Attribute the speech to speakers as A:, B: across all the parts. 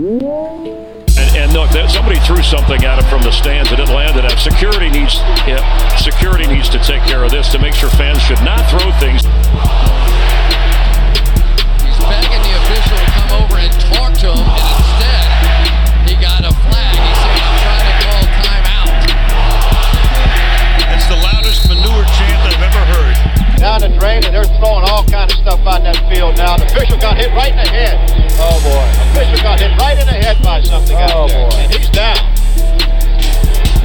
A: And, and look, that, somebody threw something at him from the stands and it landed up. Security needs yeah, security needs to take care of this to make sure fans should not throw things.
B: He's begging the official to come over and talk to him, and instead, he got a flag. He said, I'm trying to call timeout.
C: It's the loudest manure chant I've ever heard.
D: down and drain, and they're throwing all kind of stuff out in that field now. The official got hit right in the head. Oh boy. Official got hit right in the head by something out
E: Oh,
D: there.
E: boy.
D: And he's down.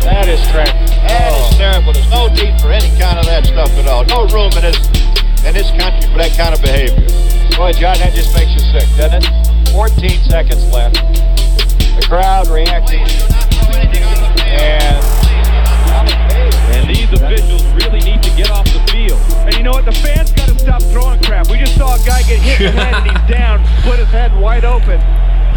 E: That is oh. tragic.
D: That is terrible. There's no need for any kind of that stuff at all. No room in this in this country for that kind of behavior.
E: Boy, John, that just makes you sick, doesn't it? 14 seconds left. The crowd reacting, and
F: And these officials really need to get off the field. And you know what? The fans got to stop throwing crap. We just saw a guy get hit in the head and he's down, split his head wide open.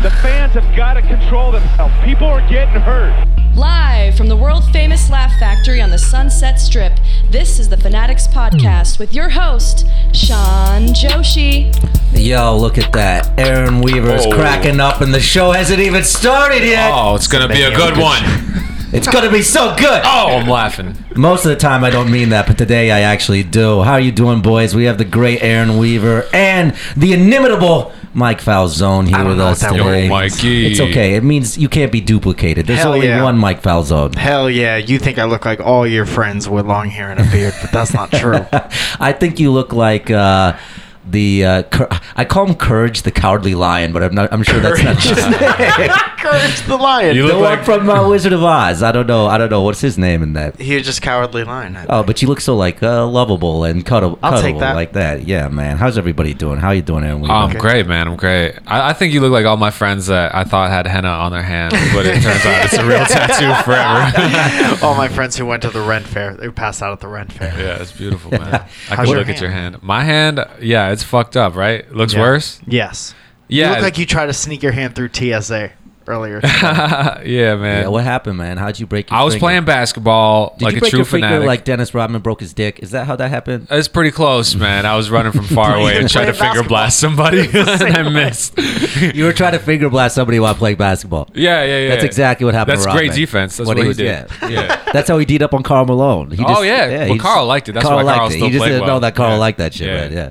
F: The fans have got to control themselves. People are getting hurt.
G: Live from the world famous Laugh Factory on the Sunset Strip, this is the Fanatics Podcast with your host, Sean Joshi.
H: Yo, look at that. Aaron Weaver's
I: Oh.
H: cracking up, and the show hasn't even started yet.
I: Oh, it's gonna be a good one.
H: It's going to be so good.
I: Oh, I'm laughing.
H: Most of the time, I don't mean that, but today I actually do. How are you doing, boys? We have the great Aaron Weaver and the inimitable Mike Falzone here with us
I: that word
H: today.
I: means. Mikey.
H: It's okay. It means you can't be duplicated. There's
J: Hell
H: only
J: yeah.
H: one Mike Falzone.
J: Hell yeah, you think I look like all your friends with long hair and a beard, but that's not true.
H: I think you look like uh, the uh, cur- I call him Courage the Cowardly Lion, but I'm not. I'm sure that's not his name.
J: Courage the lion.
I: You
H: the
I: look
H: one
I: like
H: from uh, Wizard of Oz. I don't know. I don't know what's his name in that.
J: You're just cowardly lion. I-
H: Oh, but you look so like uh, lovable and cuddle- cuddable,
J: I'll take that.
H: like that. Yeah, man. How's everybody doing? How you doing, Aaron? Weaver?
I: I'm Um, great, man. I'm great. I, I think you look like all my friends that I thought had henna on their hands, but it turns out it's a real tattoo forever.
J: all my friends who went to the Ren Fair, they passed out at the Ren Fair.
I: yeah, it's beautiful, man.
J: How's
I: I can
J: your
I: look at
J: hand?
I: your hand. My hand, yeah, it's fucked up, right? It looks worse.
J: Yes.
I: Yeah,
J: You look like you tried to sneak your hand through TSA earlier. today.
I: yeah, man.
H: yeah, what happened, man? How'd you break? Your
I: I was
H: finger?
I: playing basketball
H: Did
I: like
H: you
I: a
H: break
I: true
H: your
I: fanatic.
H: finger like Dennis Rodman broke his dick? Is that how that happened?
I: It's pretty close, man. I was running from far away and tried to
J: Playing
I: finger blast somebody, and I missed.
H: You were trying to finger blast somebody while playing basketball.
I: Yeah, yeah, yeah.
H: That's exactly what happened.
I: That's
H: to
I: great
H: Rodman.
I: defense. That's what, he,
H: was-
I: did.
H: yeah.
I: Yeah.
H: That's how he beat up on Carl Malone. He
I: Oh, yeah. Well,
H: he
I: Karl liked it. That's
H: Karl
I: why Karl
H: liked it.
I: still
H: He just
I: played
H: didn't know
I: well.
H: that Carl
I: Yeah.
H: liked that shit.
I: Yeah.
H: man. Yeah.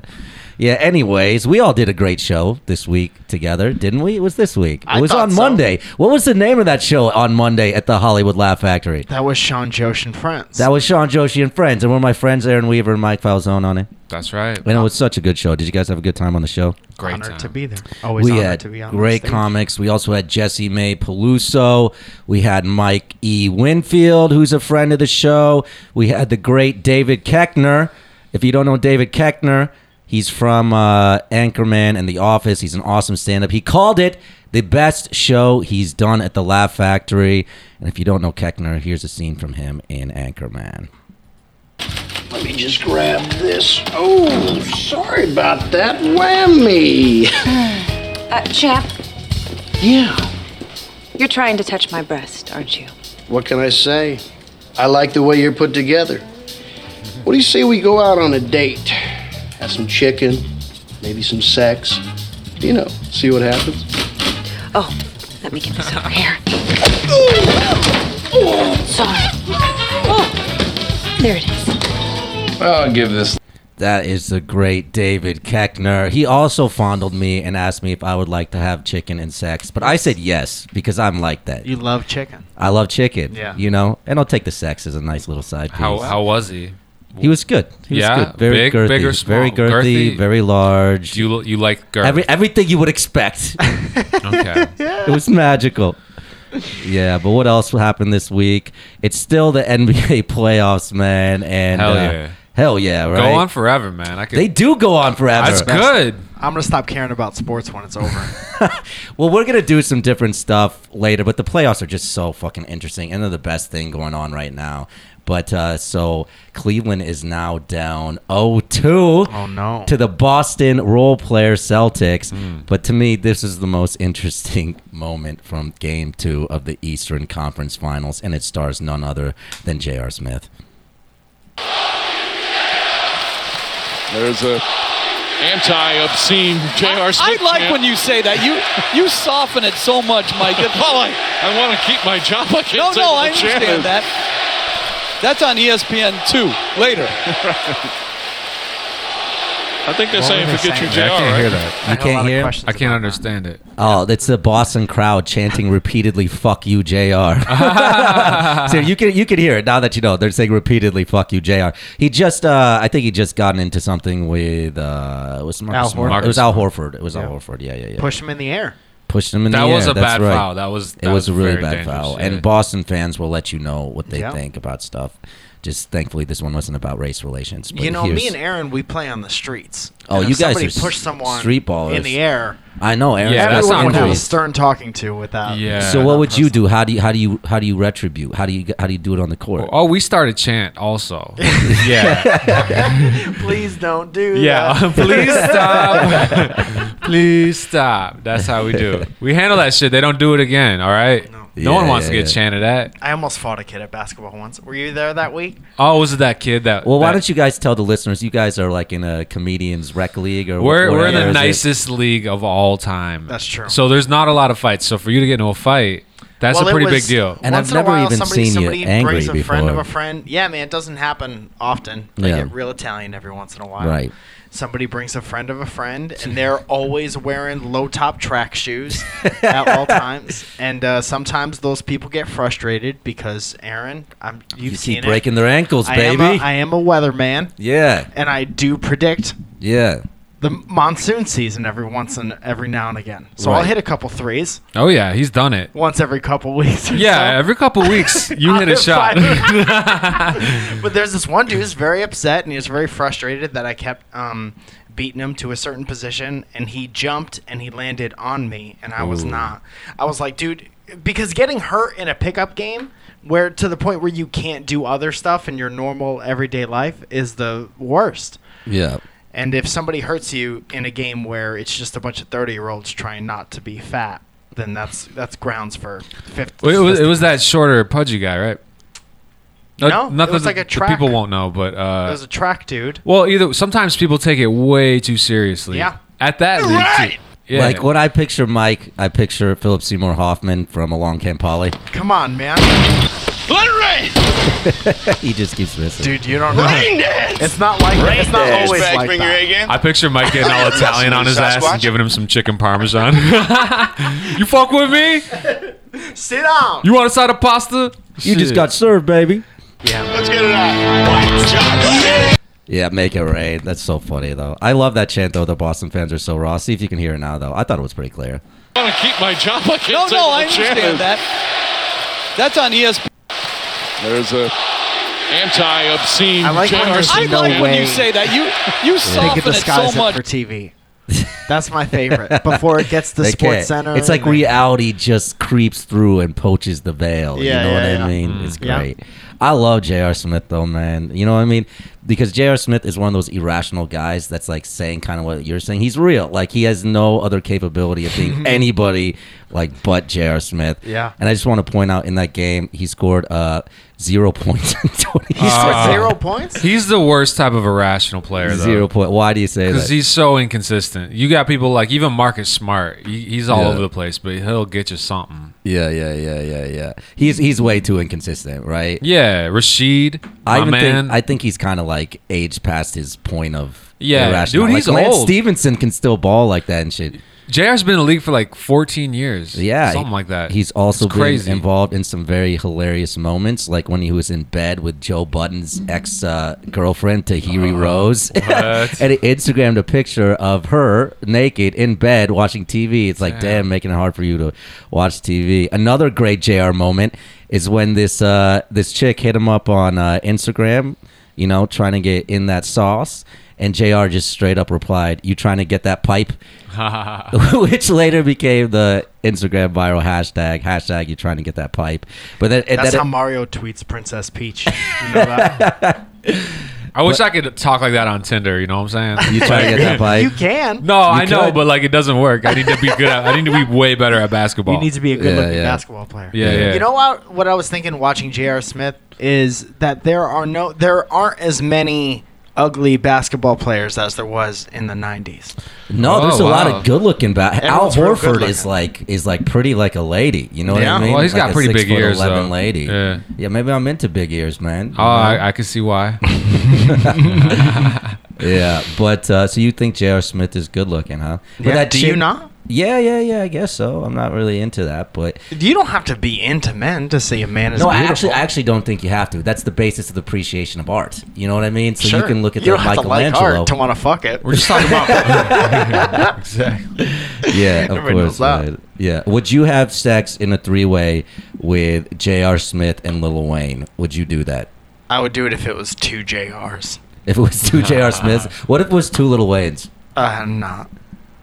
H: Yeah. Anyways, we all did a great show this week together, didn't we? It was this week. It
J: I
H: was
J: thought
H: on
J: so.
H: Monday. What was the name of that show on Monday at the Hollywood Laugh Factory?
J: that was Sean Josh and friends.
H: That was Sean Joshi and friends, and one of my friends, Aaron Weaver and Mike Falzone, on it.
I: That's right.
H: And it was such a good show. Did you guys have a good time on the show?
I: Great
J: honored
I: time.
J: to be there. Always
H: we
J: honored
H: had
J: to be on.
H: great
J: stage.
H: comics. We also had Jesse May Peluso. We had Mike E. Winfield, who's a friend of the show. We had the great David Keckner. If you don't know David Keckner, he's from uh, Anchorman and The Office. He's an awesome stand-up. He called it the best show he's done at the Laugh Factory. And if you don't know Keckner, here's a scene from him in Anchorman.
D: Let me just grab this. Oh, sorry about that. Whammy.
K: Uh, champ,
D: Yeah.
K: you're trying to touch my breast, aren't you?
D: What can I say? I like the way you're put together. What do you say we go out on a date? Have some chicken, maybe some sex. You know, see what happens.
K: Oh, let me get this over here. Sorry. Oh, there it is.
C: I'll give this.
H: That is the great David Keckner. He also fondled me and asked me if I would like to have chicken and sex, but I said yes because I'm like that.
J: You love chicken.
H: I love chicken,
J: Yeah.
H: you know, and I'll take the sex as a nice little side piece.
I: How how was he?
H: he was good. He was
I: Yeah?
H: good. very
I: Big-
H: girthy,
I: big or small?
H: very girthy,
I: Girthy?
H: very large.
I: Do you you like girl?
H: Every everything you would expect.
I: okay.
H: it was magical. Yeah, but what else happened this week? It's still the NBA playoffs, man, and
I: Hell
H: uh,
I: yeah.
H: Hell yeah, right?
I: Go on forever, man. I could,
H: They do go on forever.
I: That's good.
J: I'm gonna stop caring about sports when it's over.
H: Well, we're gonna do some different stuff later, but the playoffs are just so fucking interesting, and they're the best thing going on right now. But uh, so Cleveland is now down 0-2 oh,
J: no.
H: to the Boston role player Celtics. But to me, this is the most interesting moment from Game Two of the Eastern Conference Finals, and it stars none other than J.R. Smith.
L: There's a anti-obscene J.R.
M: I
L: Smith
M: like
L: chant.
M: when you say that. You you soften it so much, Mike. That,
L: Well, I, I want to keep my job. I can't
M: no,
L: take
M: no,
L: the
M: I understand
L: chance.
M: that. That's on E ESPN two later.
L: I think they're saying forget your
I: I
L: JR,
I: can't
L: right?
I: hear that.
H: You can't hear?
I: I can't understand it.
H: Oh, it's the Boston crowd chanting repeatedly "Fuck you, Jr." so you can you can hear it now that you know they're saying repeatedly "Fuck you, Jr." He just uh, I think he just gotten into something with uh, it was Marcus
J: Al
H: Smart.
J: Horford.
H: It was Al Horford. It was Al
J: Yeah.
H: Horford. Yeah, yeah, yeah.
J: Push him in the air.
H: Pushed him in
I: That
H: the air.
I: was a
H: That's
I: bad
H: right.
I: foul. That was-
H: it
I: that
H: was,
I: was
H: a really
I: very
H: bad
I: dangerous,
H: foul.
I: yeah.
H: And Boston fans will let you know what they
J: Yeah.
H: think about stuff. Just thankfully, this one wasn't about race relations. But
J: You know,
H: here's-
J: me and Aaron, we play on the streets.
H: Oh,
J: And if
H: you guys
J: somebody
H: are
J: push someone
H: street ballers.
J: in the air.
H: I know, Aaron.
I: Yeah, that's
J: everyone
I: not
J: would have
I: cool.
J: a stern talking to with that.
H: So what would you do? How do you how do you how do you retribute? How do you how do you do it on the court?
I: Oh, we started chant also. yeah.
J: Please don't do that.
I: Yeah, please stop. please stop. That's how we do it. We handle that shit. They don't do it again, all right? No, one
H: Yeah,
I: wants
H: yeah,
I: to get
H: yeah.
I: chanted at.
J: I almost fought a kid at basketball once. Were you there that week?
I: Oh, was it that kid that.
H: Well, why
I: that-
H: don't you guys tell the listeners? You guys are like in a comedians rec league, or
I: We're, we're
H: whatever is
I: the
H: it?
I: nicest league of all time.
J: That's true.
I: So there's not a lot of fights. So for you to get into a fight, that's
J: Well,
I: a
J: it
I: pretty big
J: was-
I: deal.
H: And
J: once
H: I've
J: in a
H: never
J: while,
H: even
J: somebody,
H: seen you
J: somebody
H: angry
J: brings a friend of
H: before.
J: a friend. Yeah, man, it doesn't happen often. I
H: Yeah.
J: get real Italian every once in a while.
H: Right.
J: Somebody brings a friend of a friend, and they're always wearing low top track shoes at all times. And uh, sometimes those people get frustrated because Aaron, I'm you've
H: You
J: seen
H: keep
J: it.
H: breaking their ankles,
J: I
H: baby.
J: Am a, I am a weatherman,
H: yeah,
J: and I do predict
H: yeah.
J: the monsoon season every once and every now and again. So I'll
I: Right.
J: hit a couple threes
I: Oh, yeah, he's done it.
J: once every couple weeks. or so.
I: Yeah, every couple weeks, you hit a shot.
J: But there's this one dude who's very upset and he was very frustrated that I kept um, beating him to a certain position, and he jumped and he landed on me, and I was
N: Ooh.
J: not. I was like, dude, because getting hurt in a pickup game, where to the point where you can't do other stuff in your normal everyday life, is the worst.
H: Yeah.
J: And if somebody hurts you in a game where it's just a bunch of thirty-year-olds trying not to be fat, then that's that's grounds for fifth.
I: Well, it, was, it was that shorter, pudgy guy, right?
J: No, it was like a
I: the
J: track.
I: people won't know, but uh,
J: it was a track dude.
I: well, either sometimes people take it way too seriously.
J: Yeah.
I: at that league, too. yeah,
H: Like when I picture Mike, I picture Philip Seymour Hoffman from Along Came Polly.
J: Come on, man.
H: he just keeps missing.
J: Dude, you don't know. It's not like that. It's not always like that.
I: I picture Mike getting all Italian on his ass and giving him some chicken parmesan. you fuck with me?
J: Sit down.
I: You want a side of pasta?
H: You just got served, baby.
C: Let's get it out.
H: Yeah, make it rain. That's so funny though. I love that chant though. The Boston fans are so raw. See if you can hear it now though. I thought it was pretty clear.
L: I want to keep my job. I can't
M: no,
L: take
M: no,
L: the
M: I understand
L: chance.
M: that. That's on E ESPN.
L: There's a anti-obscene
J: I like when
L: J.R.
J: there's
L: Smith
J: I
M: I like
L: chant.
M: when you say that. You you
J: They could
M: soften it so
J: disguise it
M: much.
J: for TV. That's my favorite. Before it gets to
H: They
J: Sports
H: can't.
J: Center,
H: It's like
J: and they-
H: reality just creeps through and poaches the veil.
J: Yeah,
H: you know
J: yeah,
H: what
J: yeah.
H: I mean?
J: Mm.
H: It's
J: Yeah.
H: great. I love J.R. Smith though, man. You know what I mean? Because J.R. Smith is one of those irrational guys that's like saying kind of what you're saying. He's real. Like he has no other capability of being anybody like but J.R. Smith.
J: Yeah.
H: And I just want to point out in that game he scored uh zero points in twenty.
J: He scored zero points.
I: He's the worst type of irrational player, though.
H: Zero point. Why do you say
I: Because
H: that?
I: he's so inconsistent. You got people like even Marcus Smart. He, he's all
H: Yeah.
I: over the place, but he'll get you something.
H: Yeah, yeah, yeah, yeah, yeah. He's he's way too inconsistent, right?
I: Yeah, Rashid,
H: I
I: my
H: even
I: man.
H: think I think he's kind of like aged past his point of
I: Yeah,
H: irrational.
I: dude,
H: Like,
I: he's
H: Lance
I: old.
H: Stevenson can still ball like that and shit.
I: Jr's been in the league for like 14 years.
H: Yeah,
I: something like that.
H: He's also
I: It's
H: been
I: crazy.
H: involved in some very hilarious moments, like when he was in bed with Joe Budden's ex uh, girlfriend Tahiri Rose,
I: Uh-huh. what?
H: and he Instagrammed a picture of her naked in bed watching TV. It's like, damn, making it hard for you to watch TV. Another great Jr. moment is when this uh, this chick hit him up on uh, Instagram. you know, trying to get in that sauce. And JR just straight up replied, You trying to get that pipe? Which later became the Instagram viral hashtag, hashtag you trying to get uh, that pipe. But then, and
J: That's
H: then
J: how Mario tweets Princess Peach. You know that?
I: I wish I could talk like that on Tinder. You know what I'm saying?
H: You try to get that vibe.
J: you can.
I: No, I know,
J: could.
I: but like it doesn't work. I need to be good. At, I need to be way better at basketball.
J: You need to be a good-looking basketball
I: player. Yeah, yeah.
J: You know what? What I was thinking watching J.R. Smith is that there are no, there aren't as many ugly basketball players as there was in the '90s.
I: Oh,
H: No, there's a lot of good looking. Ba- Al
J: oh, Everyone's real
H: Horford
J: good-looking.
H: is like is like pretty like a lady. You know what
I: Yeah.
H: I mean?
I: Well, he's
H: Like
I: got
H: a
I: pretty
H: six
I: big
H: foot
I: ears,
H: 11
I: though.
H: lady.
I: Yeah.
H: yeah, maybe I'm into big ears, man.
I: Oh, I, I can see why.
H: yeah, but uh, so you think J.R. Smith is good looking, huh? But
J: Yeah, do you not?
H: Yeah, yeah, yeah. I guess so. I'm not really into that, but
J: You don't have to be into men to say a man is
H: no, I
J: beautiful.
H: actually, I actually don't think you have to. That's the basis of the appreciation of art. You know what I mean? So you
J: Sure.
H: can look at
J: You
H: the
J: don't have to like
H: Michelangelo.
J: art to want to fuck it.
I: We're just talking about exactly.
H: yeah, of
J: Everybody knows
H: course.
J: that.
H: right. Yeah. Would you have sex in a three way with J.R. Smith and Lil Wayne? Would you do that?
J: I would do it if it was two JRs.
H: If it was two J.R. Smiths, what if it was two Lil Waynes?
J: I'm not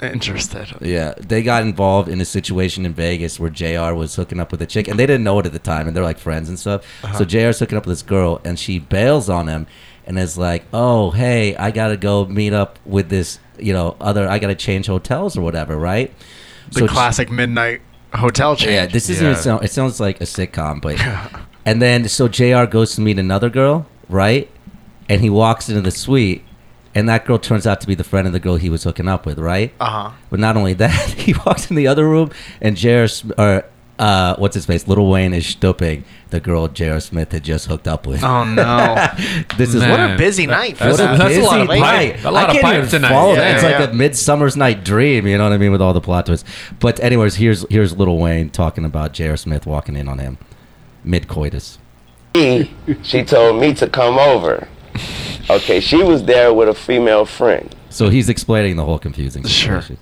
J: interested.
H: Yeah, they got involved in a situation in Vegas where JR was hooking up with a chick, and they didn't know it at the time, and they're like friends and stuff.
J: Uh-huh.
H: So JR's hooking up with this girl, and she bails on him, and is like, "Oh, hey, I gotta go meet up with this, you know, other. I gotta change hotels or whatever, right?"
J: The
H: So she-
J: classic midnight hotel change.
H: yeah, this isn't. It, sound, it sounds like a sitcom, but and then so Jr. goes to meet another girl, right? And he walks into the suite, and that girl turns out to be the friend of the girl he was hooking up with, right?
J: Uh-huh.
H: But not only that, he walks in the other room, and Jr. Sm- or uh, what's his face? Little Wayne is stooping the girl J.R. Smith had just hooked up with.
J: Oh, no.
H: this is
J: What a busy night for
H: What
J: that.
H: a busy night.
I: A lot
H: I
I: of
H: can't
I: pipe
H: even
I: tonight.
H: follow that.
I: Yeah,
H: It's like
I: yeah.
H: a midsummer's night dream. You know what I mean with all the plot twists. But anyways, here's here's Little Wayne talking about J.R. Smith walking in on him mid coitus.
N: she she told me to come over. Okay, she was there with a female friend.
H: So he's explaining the whole confusing situation.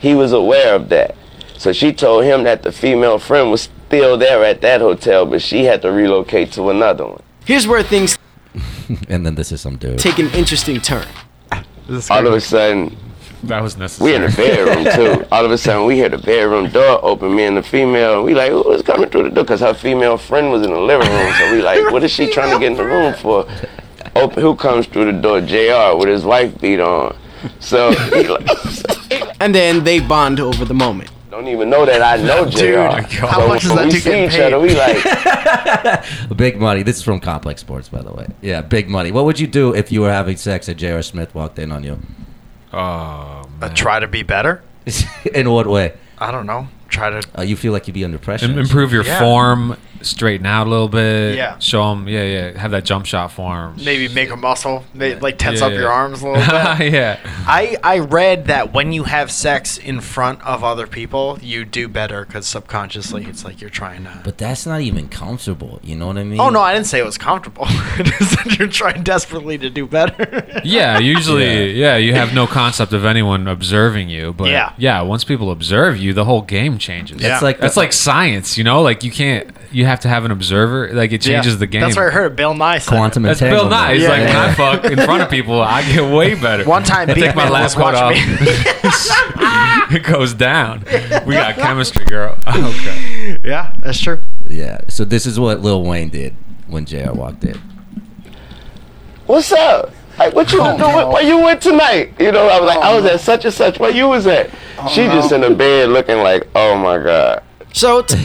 N: He was aware of that. So she told him that the female friend was still there at that hotel, but she had to relocate to another one.
O: Here's where things
H: And then this is some dude.
O: take an interesting turn.
N: All of a sudden,
I: that was
N: we
I: necessary.
N: in the bedroom too. All of a sudden, we hear the bedroom door open. Me and the female, we like, who is coming through the door? Cause her female friend was in the living room. So we like, what is she trying to get in the room for? Open, who comes through the door? Jr. with his wife beat on. So he like,
O: And then they bond over the moment.
N: don't even know that I know Jr.
O: Dude, how
N: so
O: much is
N: when
O: that
N: we
O: dude
N: see
O: getting
N: each other,
O: paid?
N: we like,
H: Big money. This is from Complex Sports, by the way. Yeah, big money. What would you do if you were having sex and J.R. Smith walked in on you?
I: Oh,
J: Uh, try to be better.
H: in what way?
J: I don't know. Try to.
H: Uh, you feel like you'd be under pressure.
I: Im- improve your
J: Yeah.
I: form, straighten out a little bit.
J: Yeah.
I: Show them. Yeah, yeah. Have that jump shot form.
J: Maybe make a muscle, ma- like tense
I: Yeah,
J: up
I: yeah.
J: your arms a little bit.
I: Yeah.
J: I, I read that when you have sex in front of other people, you do better because subconsciously it's like you're trying to.
H: But that's not even comfortable. You know what I mean?
J: Oh no, I didn't say it was comfortable. I just said you're trying desperately to do better.
I: Yeah, usually, yeah. you have no concept of anyone observing you, but
J: Yeah.
I: yeah, once people observe you, the whole game changes.
J: That's Yeah. like the-
I: that's like science, you know. Like you can't, you have to have an observer. Like it changes
J: Yeah.
I: the game.
J: That's what I heard. Bill Nye said.
H: Quantum
I: That's Bill Nye. He's
J: Yeah,
I: like, when
J: yeah.
I: I fuck in front of people, I get way better.
J: One time,
I: I take my
J: Beatman
I: last
J: was
I: coat off.
J: watching
I: it goes down. We got chemistry, girl. Okay.
J: yeah, that's true.
H: Yeah. So this is what Lil Wayne did when JR walked in.
N: what's up? Like, what
O: Oh,
N: you doing? Where you went tonight? You know, I was like, I was at such and such. Where you was at? she
O: Oh, no.
N: just in the bed looking like, oh my god.
O: So t-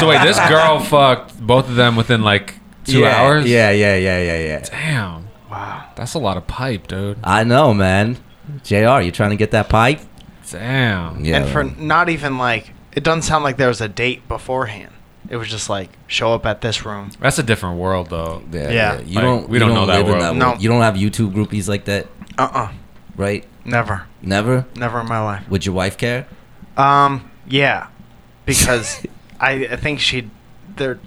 I: So wait, this girl fucked both of them within like two
H: Yeah,
I: hours.
H: Yeah, yeah, yeah, yeah, yeah.
I: Damn. Wow. That's a lot of pipe, dude.
H: I know, man. JR, you trying to get that pipe?
I: Damn.
H: Yeah.
J: and for not even like, it doesn't sound like there was a date beforehand. It was just like show up at this room.
I: That's a different world, though.
J: Yeah. Yeah.
H: You
I: Like,
H: don't.
I: We
H: you
I: don't, know that
H: live in
I: world.
J: No.
H: You don't have YouTube groupies like that,
J: Uh uh
H: right?
J: Never.
H: Never.
J: Never in my life.
H: Would your wife care?
J: Um. Yeah. Because I, I think she, there.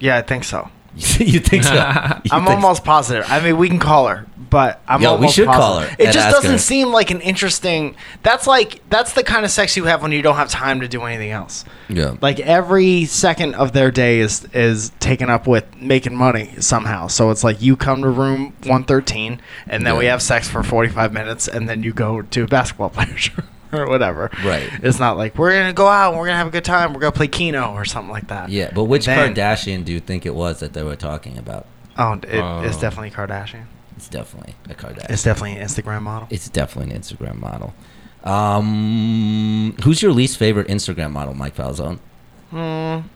J: Yeah, I think so.
H: you think so? You
J: I'm
H: think so?
J: almost positive. I mean, we can call her, but I'm
H: Yo, we
J: almost
H: should
J: positive.
H: call her
J: It
H: and
J: just
H: ask
J: doesn't
H: her.
J: seem like an interesting. That's like that's the kind of sex you have when you don't have time to do anything else.
H: Yeah.
J: Like every second of their day is is taken up with making money somehow. So it's like you come to room 113 and then we
H: Yeah.
J: have sex for 45 minutes and then you go to a basketball player's room or whatever.
H: Right.
J: It's not like we're going to go out and we're going to have a good time. We're going to play Keno or something like that.
H: Yeah, but which
J: Then-
H: Kardashian do you think it was that they were talking about?
J: Oh, it, it's definitely Kardashian.
H: It's definitely a Kardashian.
J: It's definitely an Instagram model.
H: It's definitely an Instagram model. Um, who's your least favorite Instagram model, Mike Falzone?
J: Hmm.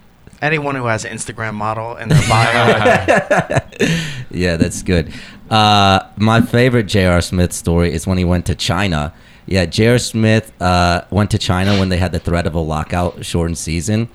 J: Anyone who has an Instagram model in their bio.
H: yeah, that's good. Uh, my favorite J.R. Smith story is when he went to China. Yeah, J.R. Smith uh, went to China when they had the threat of a lockout shortened season.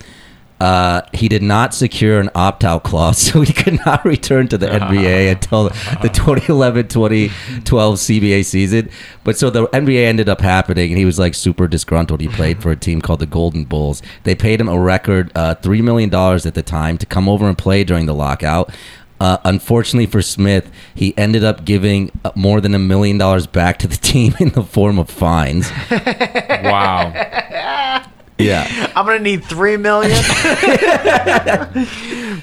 H: Uh, he did not secure an opt out clause, so he could not return to the NBA until the 2011 2012 CBA season. But so the NBA ended up happening, and he was like super disgruntled. He played for a team called the Golden Bulls. They paid him a record uh, $3 million at the time to come over and play during the lockout. Uh, unfortunately for Smith, he ended up giving uh, more than a million dollars back to the team in the form of fines. wow. Yeah.
J: I'm gonna need three million,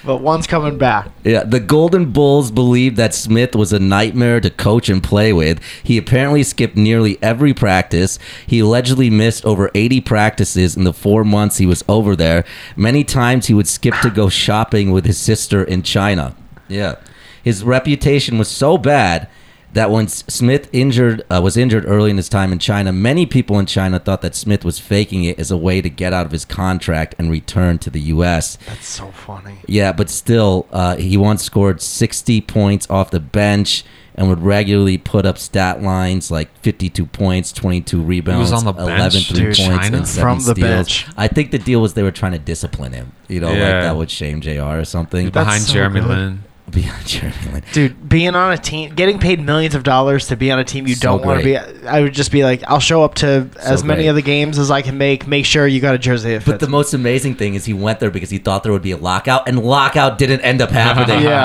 J: but one's coming back.
H: Yeah, the Golden Bulls believed that Smith was a nightmare to coach and play with. He apparently skipped nearly every practice. He allegedly missed over 80 practices in the four months he was over there. Many times he would skip to go shopping with his sister in China. Yeah. His reputation was so bad that when S- Smith injured uh, was injured early in his time in China, many people in China thought that Smith was faking it as a way to get out of his contract and return to the U.S.
J: That's so funny.
H: Yeah, but still, uh, he once scored 60 points off the bench and would regularly put up stat lines like 52 points, 22 rebounds,
I: on the
H: 11
I: bench,
H: three
I: dude.
H: points,
I: China?
H: and seven
I: From the
H: steals.
I: bench.
H: I think the deal was they were trying to discipline him. You know,
I: Yeah.
H: like that would shame Jr. or something.
I: That's Behind so Jeremy good. Lin.
H: Behind Jeremy Lin.
J: Dude, being on a team, getting paid millions of dollars to be on a team you
H: So
J: don't want to be.
H: great.
J: I would just be like, I'll show up to as many
H: great.
J: of the games as I can make. Make sure you got a jersey. that
H: But the most amazing thing is he went there because he thought there would be a lockout, and lockout didn't end up happening.
I: Yeah.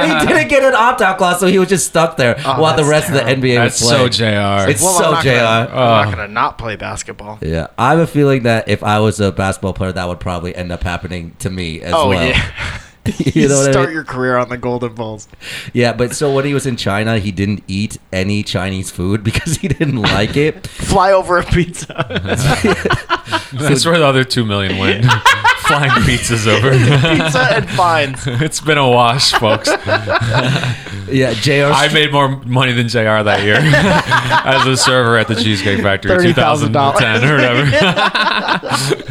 H: and he didn't get an opt-out clause, so he was just stuck there while the rest of the NBA
I: That's
H: was playing.
I: so JR.
H: It's
J: Oh, Well, I'm
H: so
J: not
H: JR.
J: gonna- I'm
H: Oh.
J: not gonna not play basketball.
H: Yeah, I have a feeling that if I was a basketball player, that would probably end up happening to me as
J: oh
H: well.
J: yeah.
H: you know what I
J: start
H: mean?
J: your career on the Golden Bulls.
H: Yeah, but so when he was in China, he didn't eat any Chinese food because he didn't like it.
J: Fly over a pizza.
I: That's where the other two million went. Flying pizzas over.
J: Pizza and fines.
I: it's been a wash, folks.
H: yeah, JR.
I: I made more money than JR that year as a server at the Cheesecake Factory,
H: $30,000
I: 2010 or whatever.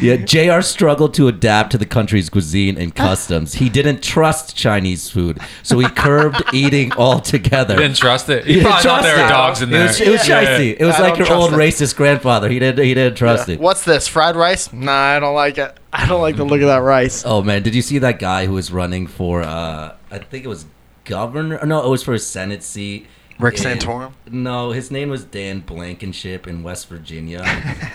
H: Yeah, JR struggled to adapt to the country's cuisine and customs. He didn't trust Chinese food, so he curbed eating altogether.
I: He didn't trust it. He probably thought there were dogs in
H: It was,
I: there.
H: it was
I: Yeah.
H: shicey. It was
J: I
H: like
J: don't
H: your old
J: trust
H: racist grandfather. He didn't. He didn't trust it.
J: What's this? Fried rice? Nah, I don't like it. I don't like the look of that rice.
H: Oh man, did you see that guy who was running for? uh I think it was governor. No, it was for a senate seat.
J: Rick
H: in-
J: Santorum?
H: No, his name was Dan Blankenship in West Virginia.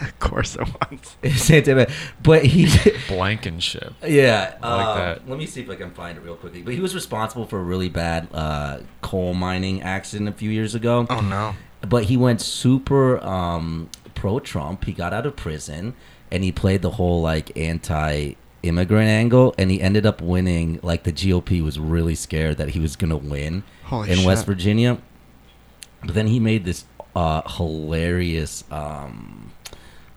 J: of course, it was.
H: Santorum. but he.
I: Blankenship.
H: Yeah,
I: I like
H: uh,
I: that.
H: Let me see if I can find it real quickly. But he was responsible for a really bad uh, coal mining accident a few years ago.
J: Oh no!
H: But he went super um, pro Trump. He got out of prison and he played the whole like anti immigrant angle, and he ended up winning. Like the GOP was really scared that he was gonna win
J: Holy
H: in West
J: shit.
H: Virginia. But then he made this uh, hilarious. Um,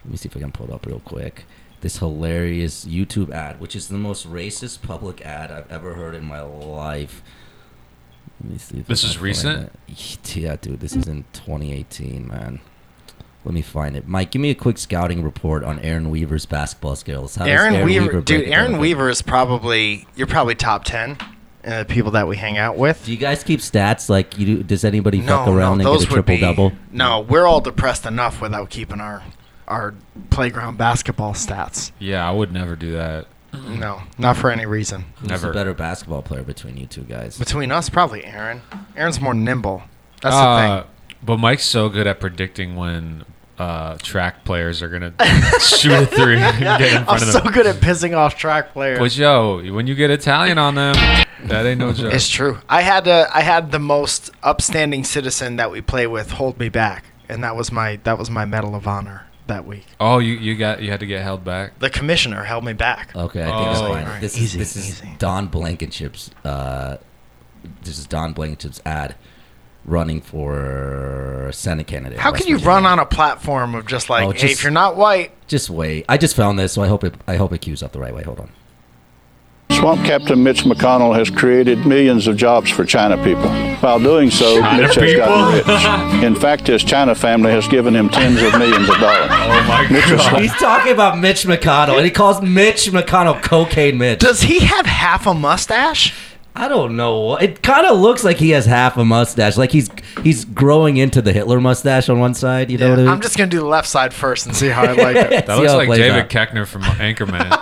H: let me see if I can pull it up real quick. This hilarious YouTube ad, which is the most racist public ad I've ever heard in my life. Let me see. if I
I: This
H: can
I: is
H: find
I: recent?
H: it. Yeah, dude. This is in 2018, man. Let me find it. Mike, give me a quick scouting report on Aaron Weaver's basketball skills. How does
J: Aaron, Weaver,
H: break
J: dude.
H: it
J: Aaron
H: down?
J: Weaver is probably you're probably top ten uh, people that we hang out with.
H: Do you guys keep stats? Like, you do, does anybody fuck
J: no,
H: around and
J: those
H: get a
J: would
H: triple
J: be-
H: double?
J: No, we're all depressed enough without keeping our our playground basketball stats.
I: Yeah, I would never do that.
J: No, not for any reason.
H: Who's the better basketball player between you two guys?
J: Between us, probably
H: Uh,
I: Uh,
J: Aaron. Aaron's more nimble. That's the thing.
I: But Mike's so good at predicting when uh, track players are gonna shoot a three and get in front
J: I'm
I: of them.
J: so good at pissing off track players.
I: But yo, when you get Italian on them, that ain't no joke.
J: It's true. I had a, I had the most upstanding citizen that we play with hold me back, and that was my that was my medal of honor that week.
I: Oh, you, you got you had to get held back.
J: The commissioner held me back.
H: Okay, I think it's
I: Oh.
H: mine.
I: Alright,
H: This
J: easy,
H: is this is Don Blankenship's. Uh, this is Don Blankenship's ad running for Senate candidate.
J: How
H: West
J: can you
H: Virginia.
J: run on a platform of just like
H: Oh,
J: hey, if
H: just-
J: you're not white?
H: Just wait. I just found this, so I hope it. I hope it cues up the right way. Hold on.
P: Swamp Captain Mitch McConnell has created millions of jobs for China people. While doing so,
L: China
P: Mitch has
L: people?
P: gotten rich. In fact, his China family has given him tens of millions of dollars. Oh my
H: He's talking about Mitch McConnell, and he calls Mitch McConnell cocaine Mitch.
J: Does he have half a mustache?
H: I don't know. It kind of looks like he has half a mustache, like he's he's growing into the Hitler mustache on one side. You know what I mean?
J: I'm just gonna do the left side first and see how I like it.
I: That looks
H: how it
I: like
H: plays
I: David
H: out.
I: Keckner from Anchorman.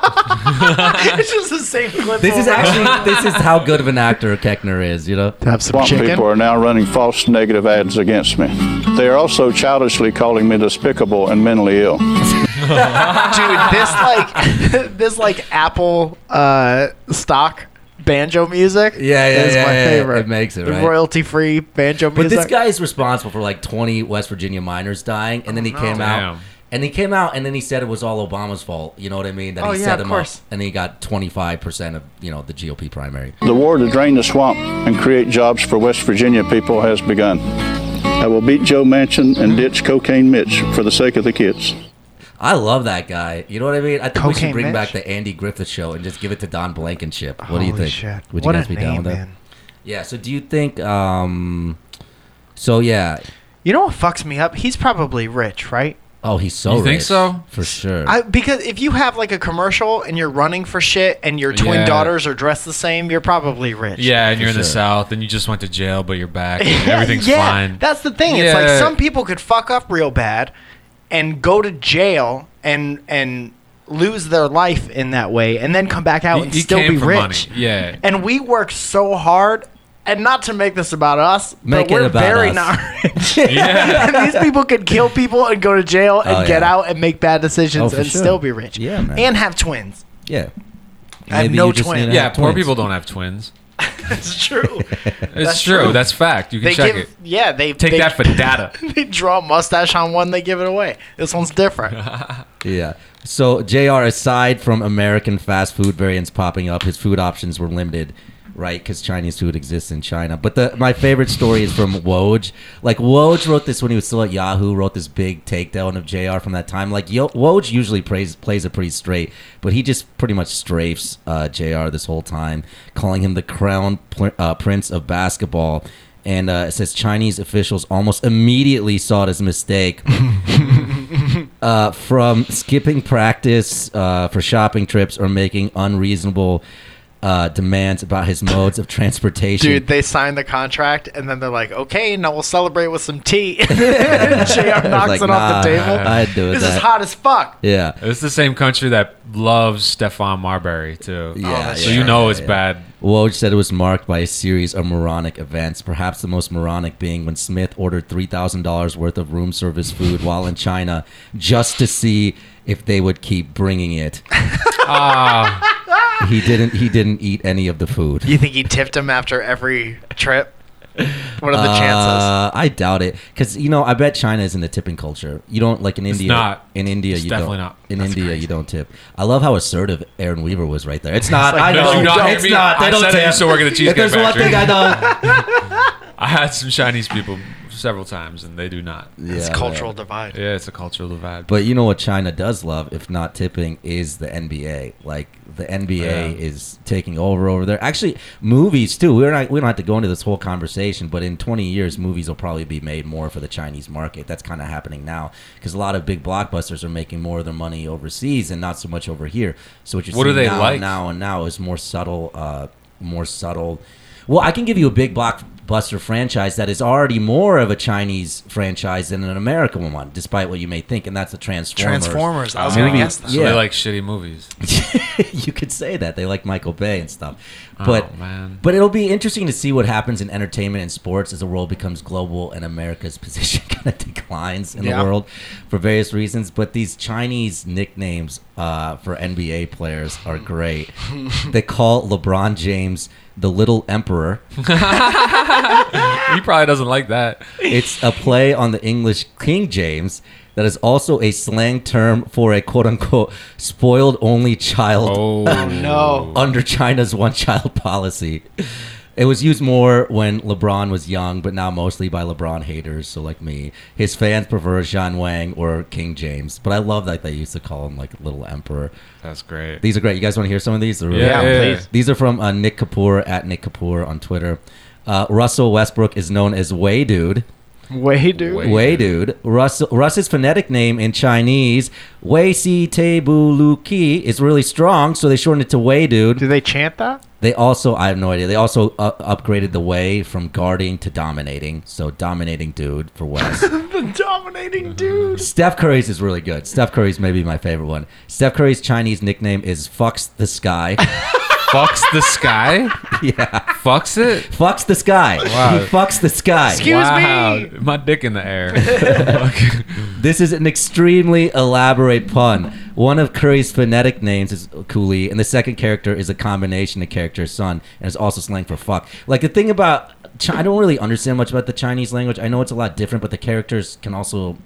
J: it's just the same clip.
H: this is
J: over and
H: actually
J: over.
H: this is how good of an actor Keckner is. You know,
P: Swamp people are now running false negative ads against me. They are also childishly calling me despicable and mentally ill.
J: dude this like this like apple uh stock banjo music
H: Yeah, yeah,
J: is
H: yeah,
J: my
H: yeah, yeah.
J: favorite
H: It makes it,
J: The
H: right?
J: royalty-free banjo
H: but
J: music
H: this guy is responsible for like 20 West Virginia miners dying, and then he
J: Oh, no.
H: came out.
J: Damn.
H: And he came out, and then he said it was all Obama's fault. You know what I mean? That
J: Oh,
H: he
J: yeah,
H: set
J: of
H: him
J: course.
H: up, and he got twenty five percent of you know the GOP primary.
P: The war to drain the swamp and create jobs for West Virginia people has begun. I will beat Joe Manchin and ditch Cocaine Mitch for the sake of the kids.
H: I love that guy. You know what I mean? I think we
J: Cocaine
H: should bring
J: Mitch?
H: back the Andy Griffith show and just give it to Don Blankenship. What do you
J: Holy
H: think?
J: shit.
H: Would
J: What
H: you guys
J: a
H: be down
J: name,
H: with that?
J: man.
H: Yeah. So do you think? um So yeah.
J: you know what fucks me up he's probably rich right
H: Oh, he's so.
I: You think
H: rich,
I: so?
H: For sure.
J: I, because if you have like a commercial and you're running for shit and your twin
I: Yeah.
J: daughters are dressed the same you're probably rich
I: yeah, and you're in the
H: sure.
I: South, and you just went to jail, but you're back. And everything's
J: yeah,
I: fine.
J: That's the thing. It's like
I: Yeah.
J: some people could fuck up real bad and go to jail and and lose their life in that way and then come back out
I: You-
J: and
I: you
J: still
I: came
J: be
I: for
J: rich.
I: money. Yeah.
J: And we work so hard and not to make this about us,
H: Make
J: but
H: it
J: we're
H: about
J: very
H: us.
J: not rich.
H: Yeah.
J: and these people could kill people and go to jail and
H: Oh,
J: get
H: yeah.
J: out and make bad decisions
H: Oh, for
J: and
H: sure.
J: still be rich.
H: Yeah, man.
J: And have twins.
H: yeah.
J: I have
H: Maybe
J: no
H: you just need
J: twins.
H: to
I: yeah,
H: have
I: poor
H: twins.
I: people don't have twins.
J: That's true.
I: It's true. That's fact. You can
J: they
I: check
J: give,
I: it.
J: Yeah, they
I: Take
J: they-
I: that for data.
J: they draw a mustache on one, they give it away. This one's different.
H: Yeah. So, JR, aside from American fast food variants popping up, his food options were limited, right? Because Chinese food exists in China. But the my favorite story is from Woj. Like, Woj wrote this when he was still at Yahoo, wrote this big takedown of JR from that time. Like, Yo, Woj usually plays, plays it pretty straight, but he just pretty much strafes uh, JR this whole time, calling him the crown pl- uh, prince of basketball. And uh, it says Chinese officials almost immediately saw it as a mistake uh, from skipping practice uh, for shopping trips or making unreasonable uh, demands about his modes of transportation.
J: Dude, they signed the contract and then they're like, okay, now we'll celebrate with some tea. JR knocks
H: like,
J: it
H: nah,
J: off the table.
H: I'd do
J: this is
H: that.
J: hot as fuck.
H: Yeah.
I: It's the same country that loves Stefan Marbury too.
H: Yeah,
I: so
H: yeah,
I: you know
H: yeah,
I: it's
H: yeah.
I: bad.
H: Woj said it was marked by a series of moronic events, perhaps the most moronic being when Smith ordered $3,000 worth of room service food while in China just to see if they would keep bringing it.
I: Ah.
H: He didn't he didn't eat any of the food.
J: You think he tipped him after every trip? What are the chances?
H: Uh, I doubt it, because you know I bet China is in the tipping culture. You don't like in
I: It's
H: India.
I: not.
H: in India.
I: It's
H: you
I: definitely
H: don't.
I: not.
H: In India, you don't tip. I love how assertive Aaron Weaver was right there. It's not.
I: like,
H: I
I: no,
H: know.
I: you don't.
H: It's not. They
I: I
H: don't
I: said I
H: tip.
I: used to work at the Cheesecake
H: If there's one
I: Factory.
H: thing I know.
I: I had some Chinese people several times, and they do not.
H: It's Yeah,
J: cultural man. divide.
I: Yeah, it's a cultural divide.
H: But you know what China does love, if not tipping, is the NBA. Like the NBA
I: Yeah.
H: is taking over over there. Actually, movies too. We're not. We don't have to go into this whole conversation. But in 20 years, movies will probably be made more for the Chinese market. That's kind of happening now because a lot of big blockbusters are making more of their money overseas and not so much over here. So what you're
I: What are
H: seeing
I: they
H: now,
I: like?
H: now and now is more subtle. Uh, more subtle. Well, I can give you a big blockbuster franchise that is already more of a Chinese franchise than an American one, despite what you may think, and that's the Transformers. Um,
J: Transformers, I was
I: gonna
H: movie.
I: guess that. So they like shitty movies.
H: you could say that they like Michael Bay and stuff,
I: Oh,
H: but
I: man.
H: but it'll be interesting to see what happens in entertainment and sports as the world becomes global and America's position kind of declines in
J: Yeah.
H: the world for various reasons. But these Chinese nicknames uh, for NBA players are great. they call LeBron James the Little Emperor.
I: he probably doesn't like that.
H: It's a play on the English King James that is also a slang term for a quote unquote spoiled only child.
I: Oh,
J: no.
H: under China's one child policy. It was used more when LeBron was young, but now mostly by LeBron haters, so like me. His fans prefer Sean Wang or King James, but I love that they used to call him like Little Emperor.
I: That's great.
H: These are great. You guys want to hear some of these? They're
I: Yeah,
H: good.
I: Yeah, yeah. please.
H: These are from uh, Nick Kapoor at Nick Kapoor on Twitter. Uh, Russell Westbrook is known as Way Dude.
J: Way dude.
H: Way, dude. Russ Russ's phonetic name in Chinese, Wei Si Te Bu Lu Ki, is really strong, so they shortened it to Way dude.
J: Do they chant that?
H: They also, I have no idea. They also uh, upgraded the way from guarding to dominating. So dominating dude for West.
J: the dominating dude.
H: Steph Curry's is really good. Steph Curry's maybe my favorite one. Steph Curry's Chinese nickname is "fucks the sky."
I: fucks the sky?
H: Yeah.
I: Fucks it?
H: Fucks the sky.
I: Wow.
H: He fucks the sky.
I: Wow, My dick in the air.
H: This is an extremely elaborate pun. One of Curry's phonetic names is Cooley, and the second character is a combination of characters, son, and is also slang for fuck. Like the thing about, Chi- I don't really understand much about the Chinese language. I know it's a lot different, but the characters can also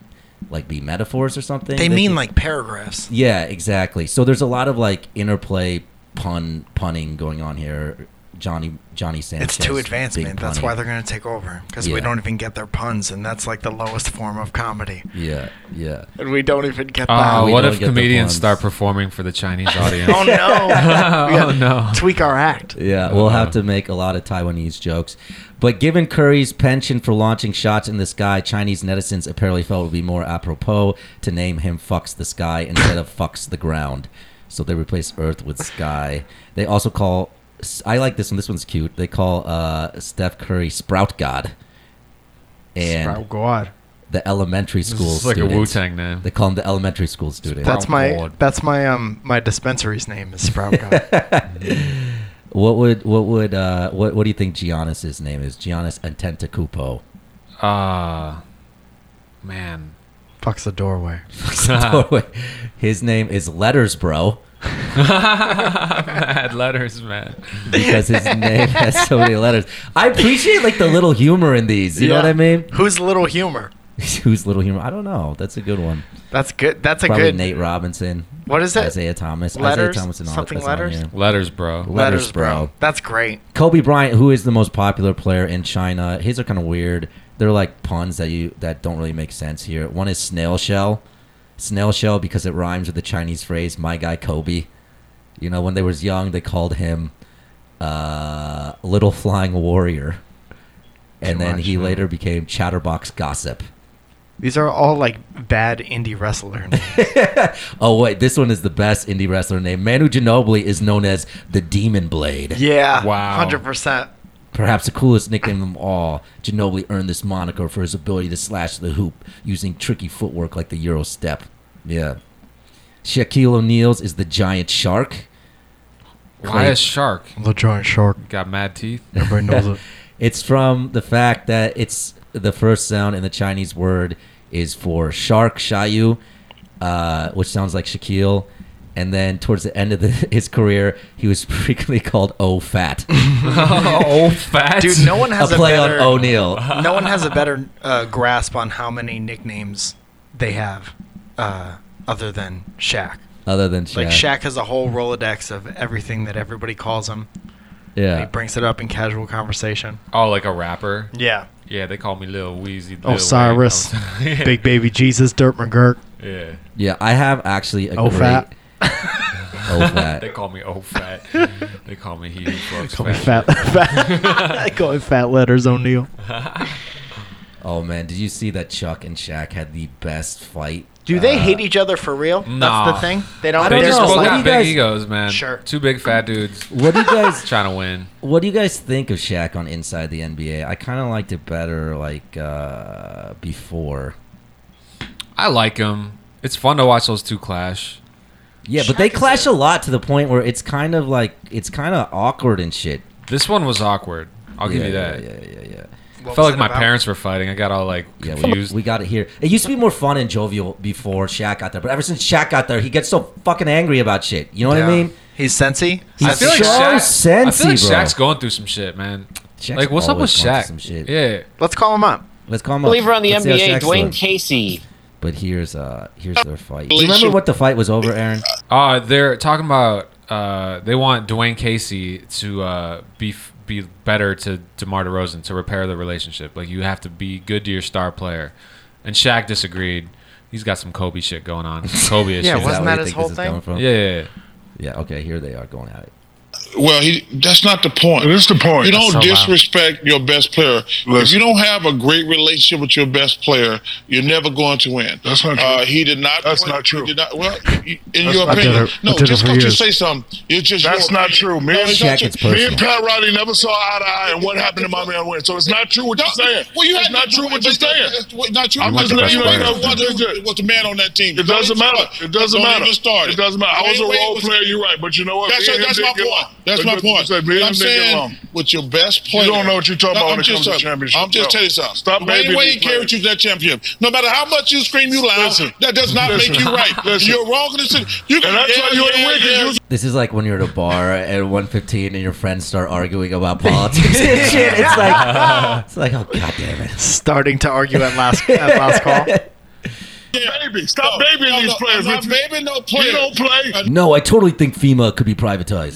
H: like be metaphors or something.
J: They mean
H: can-
J: like paragraphs.
H: yeah, exactly. So there's a lot of like interplay pun punning going on here. Johnny Johnny Sanchez.
J: It's too advanced,
H: big
J: man. That's
H: punning.
J: why they're going to take over because we
H: Yeah.
J: don't even get their puns, and that's like the lowest form of comedy.
H: Yeah, yeah.
J: And we don't even get that.
I: Oh, what
H: don't
I: if
H: get the
I: comedians
H: puns.
I: start performing for the Chinese audience? Uh,
J: Oh, no.
I: oh no!
J: Tweak our act.
H: Yeah, we'll have to make a lot of Taiwanese jokes. But given Curry's penchant for launching shots in the sky, Chinese netizens apparently felt it would be more apropos to name him Fucks the Sky instead of Fucks the Ground. So they replaced Earth with Sky. They also call, I like this one, this one's cute. They call uh, Steph Curry Sprout God. And
J: Sprout God.
H: The elementary
I: This
H: school
I: is like a
H: student.
I: Wu-Tang name.
H: They call him the elementary school student.
J: That's my that's my um my dispensary's name is Sprout God.
H: What would what would uh what what do you think Giannis's name is? Giannis Antetokounmpo.
I: Ah, man.
J: Fucks the doorway.
H: His name is Letters Bro
I: Bad letters, man.
H: because his name has so many letters. I appreciate like the little humor in these. You know
J: Yeah.
H: what I mean?
J: Who's little humor?
H: Who's little humor? I don't know. That's a good one.
J: That's good. That's a
H: Probably
J: good.
H: Nate Robinson.
J: What is that?
H: Isaiah Thomas.
J: Letters?
H: Isaiah Thomas and all
J: Something
H: that's on
J: letters?
H: here.
I: Letters, bro.
H: Letters, bro.
J: That's great.
H: Kobe Bryant, who is the most popular player in China, his are kind of weird. They're like puns that you that don't really make sense here. One is snail shell, snail shell because it rhymes with the Chinese phrase "my guy Kobe." You know, when they was young, they called him uh, "little flying warrior," and then he later became Chatterbox Gossip.
J: These are all like bad indie wrestler names.
H: Oh wait, this one is the best indie wrestler name. Manu Ginobili is known as the Demon Blade.
J: Yeah.
I: Wow.
J: Hundred percent.
H: Perhaps the coolest nickname of them all, Ginobili earned this moniker for his ability to slash the hoop using tricky footwork like the Euro step. Yeah. Shaquille O'Neal's is the giant shark.
I: Why a shark?
J: The giant shark.
I: Got mad teeth.
J: Everybody knows it.
H: It's from the fact that it's the first sound in the Chinese word is for shark, shayu, uh, which sounds like Shaquille. And then towards the end of the, his career, he was frequently called O Fat.
I: oh, fat.
J: Dude, no one has
H: a
J: a,
H: play
J: better,
H: on O'Neal.
J: no one has a better uh, grasp on how many nicknames they have, uh, other than Shaq.
H: Other than Shaq.
J: Like Shaq has a whole rolodex of everything that everybody calls him. He
H: Yeah.
J: brings it up in casual conversation.
I: Oh, like a rapper.
J: Yeah.
I: Yeah, they call me Lil Weezy. Lil Wayne.
J: Osiris,
I: Yeah.
J: Oh, Big Baby Jesus, Dirt McGurk.
I: Yeah.
H: Yeah, I have actually a
J: Oh,
H: great.
J: fat.
H: Oh, fat.
I: they call me old fat. they call me he who fucks
J: Fat, fat, I call it Fat Letters O'Neal.
H: Oh man, did you see that Chuck and Shaq had the best fight
J: Do they hate each other for real? That's the thing. They don't.
I: They
J: they're
I: just
J: just
I: both
J: like-
I: got big egos, man.
J: Sure.
I: Two big fat dudes.
H: What do you guys
I: trying to win?
H: What do you guys think of Shaq on Inside the NBA? I kind of liked it better like uh, before.
I: I like him. It's fun to watch those two clash.
H: Yeah, but they clash a lot to the point where it's kind of like it's kind of awkward and shit.
I: This one was awkward. I'll give
H: Yeah,
I: you
H: yeah,
I: that.
H: Yeah, yeah, yeah.
I: I felt like my parents were fighting. I got all like
H: Yeah,
I: confused.
H: we, we got it here. It used to be more fun and jovial before Shaq got there, but ever since Shaq got there, he gets so fucking angry about shit. You know what
J: Yeah.
H: I mean?
J: He's sensy.
H: He's
I: I feel like
H: so
I: Shaq, I feel
H: sensy,
I: like
H: bro.
I: Shaq's going through some shit, man.
H: Shaq's
I: like, what's up with
H: always going through
I: Shaq?
H: some shit.
I: Yeah,
J: Let's call him up.
H: Let's call him up.
Q: Believer on the
H: Let's see how
Q: NBA,
H: Shaq's
Q: Dwayne
H: doing.
Q: Casey.
H: But here's uh here's their fight. Do you remember what the fight was over, Aaron?
I: Uh, they're talking about uh, they want Dwayne Casey to uh, be f- be better to DeMar DeRozan to repair the relationship. Like you have to be good to your star player, and Shaq disagreed. He's got some Kobe shit going on. Kobe
J: Yeah,
I: issues.
J: wasn't Is that that where you his think whole
H: This is coming from?
I: Yeah, yeah, yeah.
H: Yeah, okay, here they are going at it.
C: Well, he, that's not the point.
H: That's the point.
C: You don't
H: That's so loud.
C: disrespect your best player. If you don't have a great relationship with your best player, you're never going to win. That's not true. Uh, he did not. That's not true. Did not, well, in your
P: not true. I
C: opinion,
P: did it- I
C: no.
P: did it
C: Just
P: for
C: because you
P: years.
C: say something, you're just.
P: That's not true. Me and- Shaq, it's
C: me
P: personal.
C: and Pat Riley never saw eye to eye, and what happened to Miami win. So it's not true what you're saying. Well, you had not true what you're saying. Not true.
P: I'm
C: I'm
P: not
C: just
P: the best
C: letting you
P: player.
C: know what was the man on that team.
P: It doesn't
C: Don't
P: matter.
C: even-
P: It doesn't
C: don't
P: matter.
C: even start
P: It doesn't matter. I was a
C: Wayne Wade
P: role player. You're right, but you know what?
C: That's,
P: Me and him
C: that's
P: didn't
C: my
P: get
C: point.
P: along.
C: That's
P: That's
C: my
P: what you
C: point.
P: said. Me and
C: I'm
P: him didn't get
C: saying
P: along.
C: with your
P: You
C: best player.
P: don't know what you're talking about
C: I'm
P: when it
C: just
P: comes to
C: telling-
P: championship,
C: I'm just
P: bro.
C: telling you something.
P: Stop
C: Wayne
P: babying
C: Wade
P: these players.
C: carried you to that championship. No matter how much you scream you loud,
P: Listen.
C: that does not make
P: Listen.
C: you right. You're wrong in the city. You can,
P: And that's why you ain't win, 'cause you was
H: This is like when you're at a bar at 1:15 and your friends start arguing about politics and shit. It's like it's like oh god damn it.
J: Starting to argue at last at last call.
C: baby. Stop babying these players. I'm not babying no player. Uh, You don't play.
H: No, I totally think FEMA could be privatized.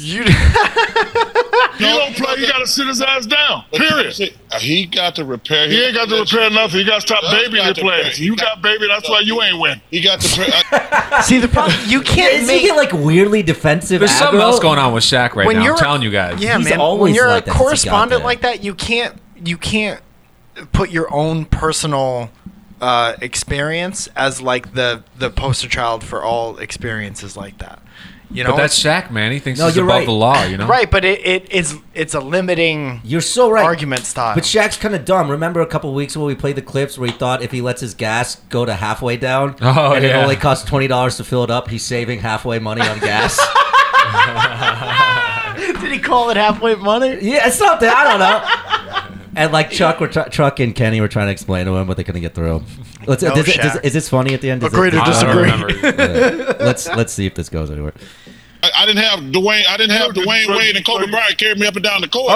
C: You don't play. You got to sit his ass down. Period. uh, He got to repair.
P: He ain't got to repair nothing. You got to stop
C: He
P: babying
C: got
P: your
C: to
P: players.
C: repair.
P: You got baby. That's why you ain't win.
C: He got to. uh,
J: See the problem? You can't
H: Is
J: make
H: he get like weirdly defensive?
I: There's something
H: aggro?
I: else going on with Shaq right
J: when
I: now.
J: you're
I: I'm telling you guys.
J: Yeah, man. when you're a correspondent like that, you can't you can't put your own personal uh, experience as like the the poster child for all experiences like that. You know,
I: but that's Shaq, man. He thinks
J: No,
I: he's
J: you're
I: above
J: right.
I: the law. You know,
J: right? But it, it it's it's a limiting.
H: You're so right.
J: Argument style.
H: But Shaq's kind of dumb. Remember a couple weeks ago we played the clips where he thought if he lets his gas go to halfway down,
I: Oh,
H: and it
I: yeah.
H: only costs twenty dollars to fill it up, he's saving halfway money on gas.
J: Did he call it halfway money?
H: Yeah, it's something. I don't know. and like Chuck, were tr- Chuck and Kenny were trying to explain to him, but they couldn't get through. Let's,
J: No,
H: does it-
J: Shaq.
H: does- is this funny at the end? Does
J: Agree
H: it,
J: to
H: does it-
J: disagree.
H: Yeah. Let's let's see if this goes anywhere.
C: I, I didn't have Dwayne. I didn't have Dwayne Wade and Kobe Bryant carry me up and down the court.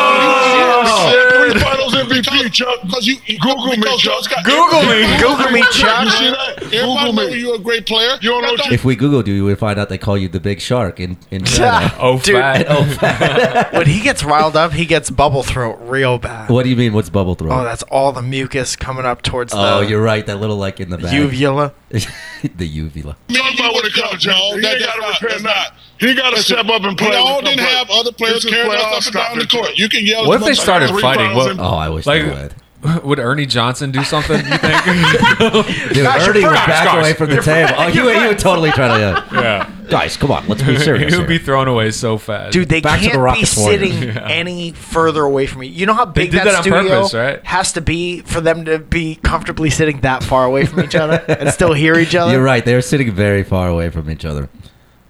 P: Oh, shit.
C: three finals MVP, Chuck. Because you Google me, Chuck.
P: Google me.
J: Google me, Chuck.
C: You see that? Everybody know you're a great player. You don't know
H: If we Googled you, we would find out they call you the Big Shark in in China.
I: Oh,
J: Dude.
I: fat.
H: Oh,
J: when he gets riled up, he gets bubble throat real bad.
H: What do you mean? What's bubble throat?
J: Oh, that's all the mucus coming up towards
H: Oh,
J: the
H: you're right. That little like in the back.
J: uvula.
H: the uvula.
C: Talk about what it comes No,
P: He
C: that,
P: ain't
C: that's
P: gotta
C: not-
P: repair
C: that's
P: nothing.
C: not.
P: He gotta
C: Listen,
P: step up and play
C: We
P: with
C: all
P: some
C: didn't
P: play.
C: have other
P: This
C: players
P: is
C: carrying us
P: playoff
C: up and down the
P: stoppage.
C: court. You can yell. as
I: What if they
C: much as
I: started
C: three
I: fighting?
C: fouls
I: What,
C: in-
H: Oh, I wish
I: like,
H: they would.
I: Would Ernie Johnson do something? You think?
H: Dude, Ernie would back away from the table. Oh, you, you would totally try to. uh,
I: Yeah.
H: Guys, come on. Let's be serious.
I: He
H: here.
I: would be thrown away so fast.
J: Dude, they
H: Back to the
J: can't be
H: Rockets Warriors.
J: sitting
I: Yeah.
J: any further away from me. You know how big
I: did
J: that,
I: that on
J: studio
I: purpose, right?
J: has to be for them to be comfortably sitting that far away from each other and still hear each other.
H: You're right. They were sitting very far away from each other.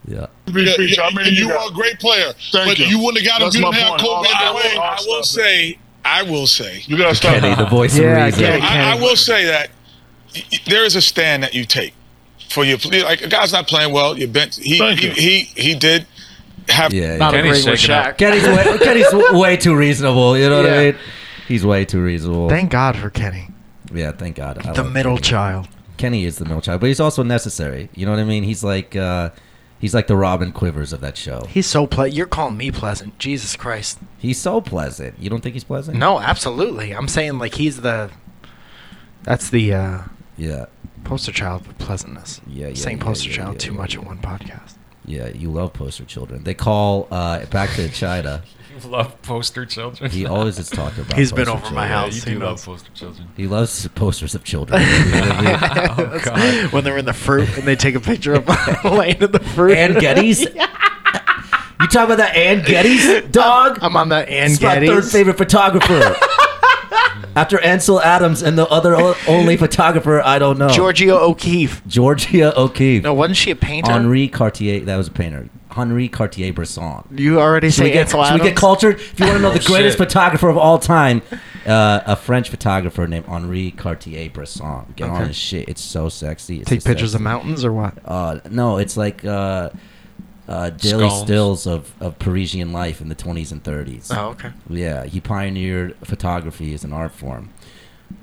H: Yeah.
C: Yeah,
P: Beach, I mean,
C: you
P: you
C: are a great player,
P: Thank
C: but
P: you.
C: you wouldn't have got him if
P: That's
C: you didn't
P: my point.
C: have Kobe
P: I
C: and
P: will-
C: Dwayne.
P: I will
C: say, I will say,
P: You got to stop.
H: Kenny, the voice of Yeah, reason. yeah,
R: I, I will say that y- y- there is a stand that you take for your like a guy's not playing well. Your bench, he
P: Thank
R: he,
P: you.
R: he he did have
H: Yeah.
R: Not
H: yeah.
R: agreeing with Shaq.
H: Kenny's, way, Kenny's way too reasonable. You know what I
J: Yeah.
H: mean? He's way too reasonable.
J: Thank God for Kenny,
H: yeah, thank God. I
J: the
H: like
J: middle
H: Kenny.
J: child.
H: Kenny is the middle child, but he's also necessary. You know what I mean? He's like uh, he's like the Robin Quivers of that show.
J: He's so ple. You're calling me pleasant, Jesus Christ.
H: He's so pleasant. You don't think he's pleasant?
J: No, absolutely. I'm saying like he's the. That's the uh,
H: Yeah.
J: poster child of pleasantness.
H: Yeah, yeah,
J: saying
H: yeah,
J: poster
H: yeah,
J: child
H: yeah,
J: too
H: yeah,
J: much in one podcast.
H: Yeah, you love poster children. They call uh, back to China.
I: love poster children.
H: He always is talking about.
J: He's been
H: poster
J: over my
H: children.
J: house.
I: You
J: He
I: do love
J: knows. Oh,
I: poster children.
H: He loves posters of children. Oh,
J: That's When they're in the fruit and they take a picture of Lane in the fruit.
H: Ann Geddes? You talking about that Ann Geddes dog?
J: I'm on that Ann
H: It's my
J: Geddes.
H: third favorite photographer. After Ansel Adams and the other o- only photographer I don't know.
J: Georgia O'Keeffe.
H: Georgia O'Keeffe.
J: No, wasn't she a painter?
H: Henri Cartier. That was a painter. Henri Cartier-Bresson.
J: You already
H: Should we
J: say
H: get,
J: Ansel
H: should we get
J: Adams?
H: cultured? If you want to know the
J: Oh,
H: greatest
J: shit.
H: photographer of all time, uh, a French photographer named Henri Cartier-Bresson. Get
J: Okay.
H: on this shit. It's so sexy. It's
J: Take
H: so
J: pictures of
H: sexy.
J: mountains or what?
H: Uh, no, it's like uh, uh, daily
J: Scones.
H: stills of, of Parisian life in the 20s and 30s.
J: Oh, okay.
H: Yeah, he pioneered photography as an art form.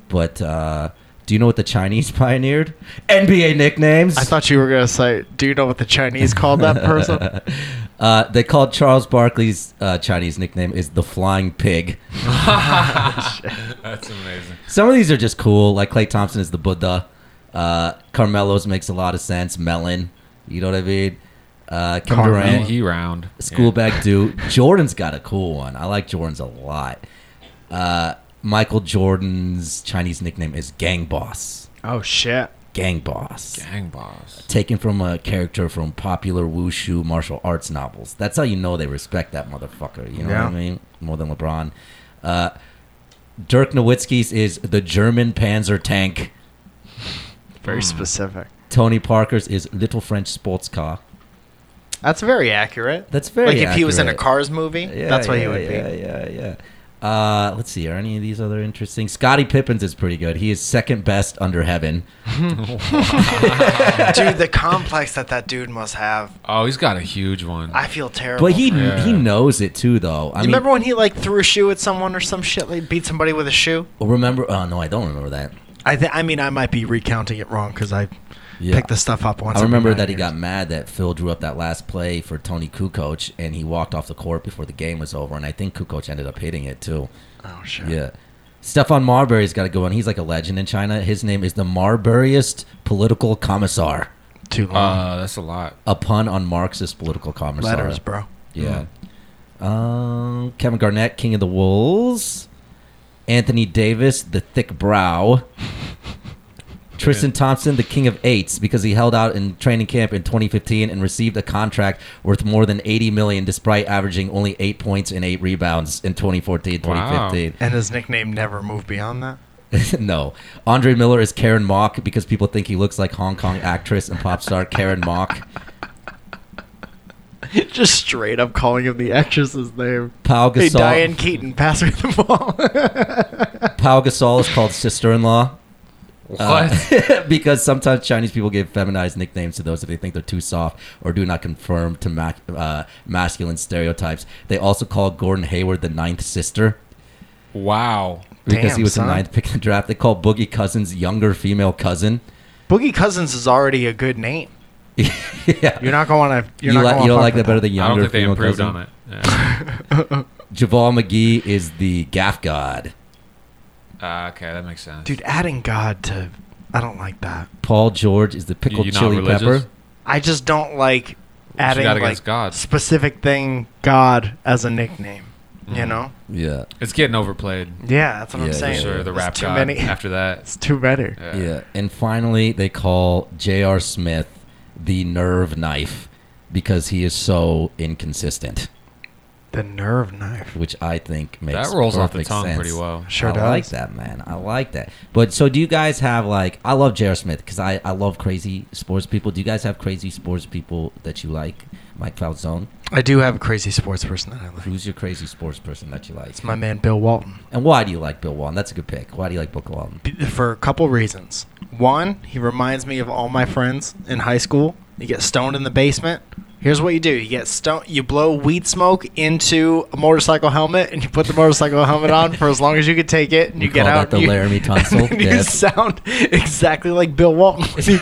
H: But uh, do you know what the Chinese pioneered? NBA nicknames.
J: I thought you were gonna say, "Do you know what the Chinese called that person?"
H: uh, they called Charles Barkley's uh, Chinese nickname is the Flying Pig.
I: That's amazing.
H: Some of these are just cool. Like Clay Thompson is the Buddha. Uh, Carmelo's makes a lot of sense. Melon, you know what I mean? Uh, Kevin
I: Carmelo.
H: Durant,
I: He round.
H: Schoolback dude. Jordan's got a cool one. I like Jordan's a lot. Uh, Michael Jordan's Chinese nickname is Gang Boss.
J: Oh shit!
H: Gang Boss.
I: Gang Boss.
H: Taken from a character from popular wushu martial arts novels. That's how you know they respect that motherfucker. You know
J: Yeah.
H: what I mean? More than LeBron. Uh, Dirk Nowitzki's is the German Panzer tank.
I: Hmm.
J: Very specific.
H: Tony Parker's is Little French Sports Car.
J: That's very accurate.
H: That's very
J: like if he was in a
H: accurate.
J: Cars movie.
H: Yeah,
J: that's what
H: yeah,
J: he would
H: yeah,
J: be.
H: Yeah, yeah, Uh, let's see. Are any of these other interesting? Scotty Pippins is pretty good. He is second best under heaven.
J: dude, the complex that that dude must have.
I: Oh, he's got a huge one.
J: I feel terrible.
H: But he
J: for him.
I: Yeah.
H: he knows it too, though. I mean,
J: you remember when he like threw a shoe at someone or some shit? Like beat somebody with a shoe.
H: well, remember? Oh no, I don't remember that.
J: I th- I mean, I might be recounting it wrong because I
H: Yeah.
J: picked this stuff up once.
H: I
J: every
H: remember
J: nine
H: that he
J: years.
H: got mad that Phil drew up that last play for Tony Kukoc, and he walked off the court before the game was over. And I think Kukoc ended up hitting it too.
J: Oh shit!
H: Yeah. Stefan Marbury's got to go in. He's like a legend in China. His name is the Marburyist political commissar.
J: Too
I: Uh, that's a lot.
H: A pun on Marxist political commissar.
J: Letters, bro.
H: Yeah. Um, Kevin Garnett, King of the Wolves. Anthony Davis, the thick brow. Tristan Thompson, the king of eights, because he held out in training camp in 2015 and received a contract worth more than 80 million, despite averaging only eight points and eight rebounds in 2014, 2015.
J: And his nickname never moved beyond that.
H: no, Andre Miller is Karen Mock because people think he looks like Hong Kong actress and pop star Karen Mock.
J: Just straight up calling him the actress's name.
H: Pau
J: Hey,
H: Gasol.
J: Diane Keaton, pass her the ball.
H: Pau Gasol is called sister-in-law. Uh, because sometimes Chinese people give feminized nicknames to those if they think they're too soft or do not conform to ma- uh, masculine stereotypes. They also call Gordon Hayward the ninth sister
I: Wow.
H: because
J: Damn,
H: he was
J: son.
H: the ninth pick in the draft. They call Boogie Cousins younger female cousin.
J: Boogie Cousins is already a good name.
H: yeah.
J: You're not going to. You're
H: you
J: not
H: li-
J: gonna
H: you don't
J: fuck
H: like
J: with
H: that better than
I: I
H: younger
I: don't think they
H: female
I: improved
H: cousin?
I: on it. Yeah.
H: Javal McGee is the gaff god.
I: Uh, okay, that makes sense.
J: Dude, adding God to. I don't like that.
H: Paul George is the pickled
I: you're not
H: chili
I: religious?
H: pepper.
J: I just don't like adding
I: got
J: like
I: against God?
J: specific thing God as a nickname.
I: Mm-hmm.
J: You know?
H: Yeah.
I: Mm. It's getting overplayed.
J: Yeah, that's what I'm
H: Yeah,
J: saying.
H: yeah,
I: Sure, the
J: It's
I: rap
J: too
I: god
J: many.
I: after that.
J: It's too better.
I: Yeah.
H: Yeah. And finally, they call J.R. Smith the nerve knife because he is so inconsistent,
J: The nerve knife.
H: which I think makes
I: That rolls off the
H: perfect
I: tongue
H: sense.
I: pretty well.
J: Sure
H: I
J: does.
H: like that, man. I like that. But so, do you guys have like? I love J.R. Smith because I I love crazy sports people. Do you guys have crazy sports people that you like? Mike Falzone.
J: I do have a crazy sports person that I like.
H: Who's your crazy sports person that you like?
J: It's my man Bill Walton.
H: And why do you like Bill Walton? That's a good pick. Why do you like Bill Walton?
J: B- For a couple reasons. One, he reminds me of all my friends in high school. You get stoned in the basement. Here's what you do: you get stoned, you blow weed smoke into a motorcycle helmet, and you put the motorcycle helmet on for as long as you can take it, and
H: We
J: you get
H: call that
J: out.
H: the
J: and you,
H: Laramie tonsil,
J: and then you
H: yes.
J: sound exactly like Bill Walton when you,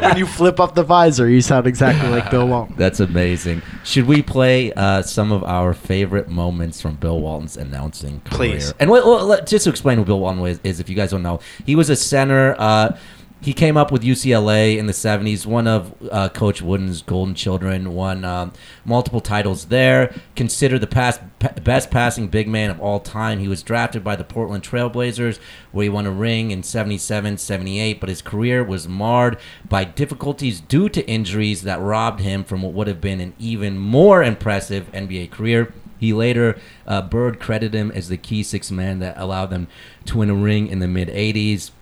J: when you flip up the visor. You sound exactly like Bill Walton.
H: That's amazing. Should we play uh, some of our favorite moments from Bill Walton's announcing career?
J: Please.
H: And what, what- let- just to explain who Bill Walton was, is, if you guys don't know, he was a center. Uh, He came up with UCLA in the 70s, one of uh, Coach Wooden's golden children, won um, multiple titles there, considered the pass, pa- best passing big man of all time. He was drafted by the Portland Trailblazers, where he won a ring in 77, 78, but his career was marred by difficulties due to injuries that robbed him from what would have been an even more impressive NBA career. He later, uh, Bird credited him as the key six man that allowed them to win a ring in the mid 80s.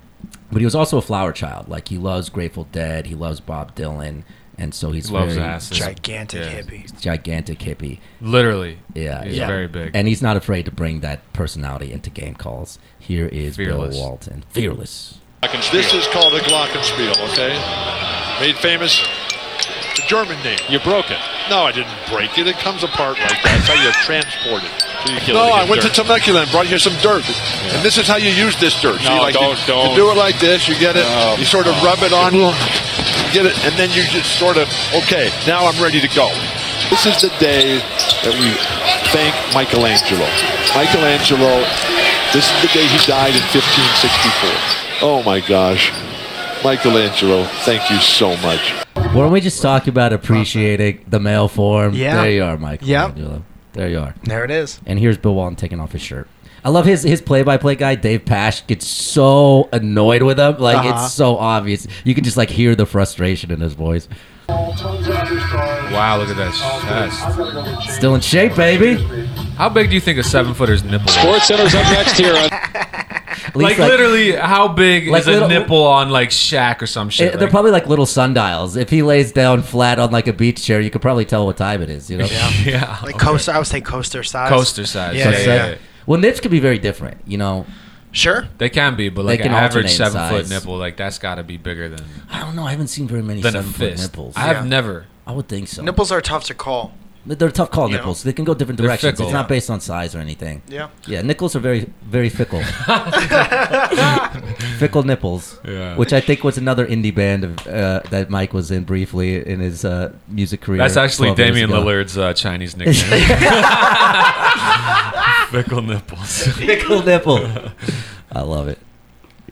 H: But he was also a flower child. Like, he loves Grateful Dead, he loves Bob Dylan. And so he's
I: Loves
H: very
I: asses.
J: Gigantic Yeah. hippie.
H: Gigantic hippie.
I: Literally.
H: Yeah.
I: He's
H: yeah.
I: very big.
H: And he's not afraid to bring that personality into game calls. Here is
I: Fearless.
H: Bill Walton. Fearless.
Q: This is called a Glockenspiel, okay? Made famous. The German name.
A: You broke it.
Q: No, I didn't break it. It comes apart like that. That's how you transport it.
A: it
Q: no,
A: with
Q: I went
A: dirt.
Q: to Temecula and brought here some dirt. And this is how you use this dirt.
A: No,
Q: you like,
A: don't-
Q: you,
A: don't.
Q: You do it like this. You get it.
A: No,
Q: you sort of
A: no.
Q: rub it on. Get it. And then you just sort of, okay, now I'm ready to go. This is the day that we thank Michelangelo. Michelangelo, this is the day he died in 1564. Oh my gosh. Michelangelo, thank you so much.
H: Weren't we just talking about appreciating the male form?
J: Yeah.
H: There you are, Michael.
J: Yep.
H: Angelo. There you are.
J: There it is.
H: And here's Bill Walton taking off his shirt. I love his his play by play guy, Dave Pash, gets so annoyed with him. Like
J: Uh-huh.
H: it's so obvious. You can just like hear the frustration in his voice.
I: Wow, look at that chest.
H: Still in shape, baby.
I: How big do you think a seven footer's nipple is?
L: Sports Center's up next here.
I: like,
H: least, like-
I: literally, how big
H: like
I: is a
H: little-
I: nipple on like Shaq or some shit?
H: It- Eh, they're
I: Like,
H: probably like little sundials. If he lays down flat on like a beach chair, you could probably tell what time it is. You know.
I: yeah.
J: Like coaster, I would say coaster size.
I: Coaster size,
J: Yeah,
H: So
J: yeah,
H: se-
J: yeah.
H: Well, nips could be very different. You know.
J: Sure.
I: They can be, but
H: They
I: like
H: can
I: an average
H: alternate
I: seven foot
H: size.
I: nipple, like that's got to be bigger than
H: I don't know. I haven't seen very many
I: than a
H: seven foot
I: fist.
H: nipples.
I: I have never.
H: I would think so.
J: Nipples are tough to call.
H: But They're tough call
J: You know?
H: nipples. They can go different
I: They're
H: directions.
I: fickle.
H: It's not based on size or anything.
J: Yeah.
H: Yeah, nipples are very, very fickle. fickle nipples.
I: Yeah.
H: Which I think was another indie band of, uh, that Mike was in briefly in his uh, music career.
I: That's actually
H: 12 years
I: Damian
H: ago.
I: Lillard's uh, Chinese nickname. Fickle nipples.
H: Fickle nipple. I love it.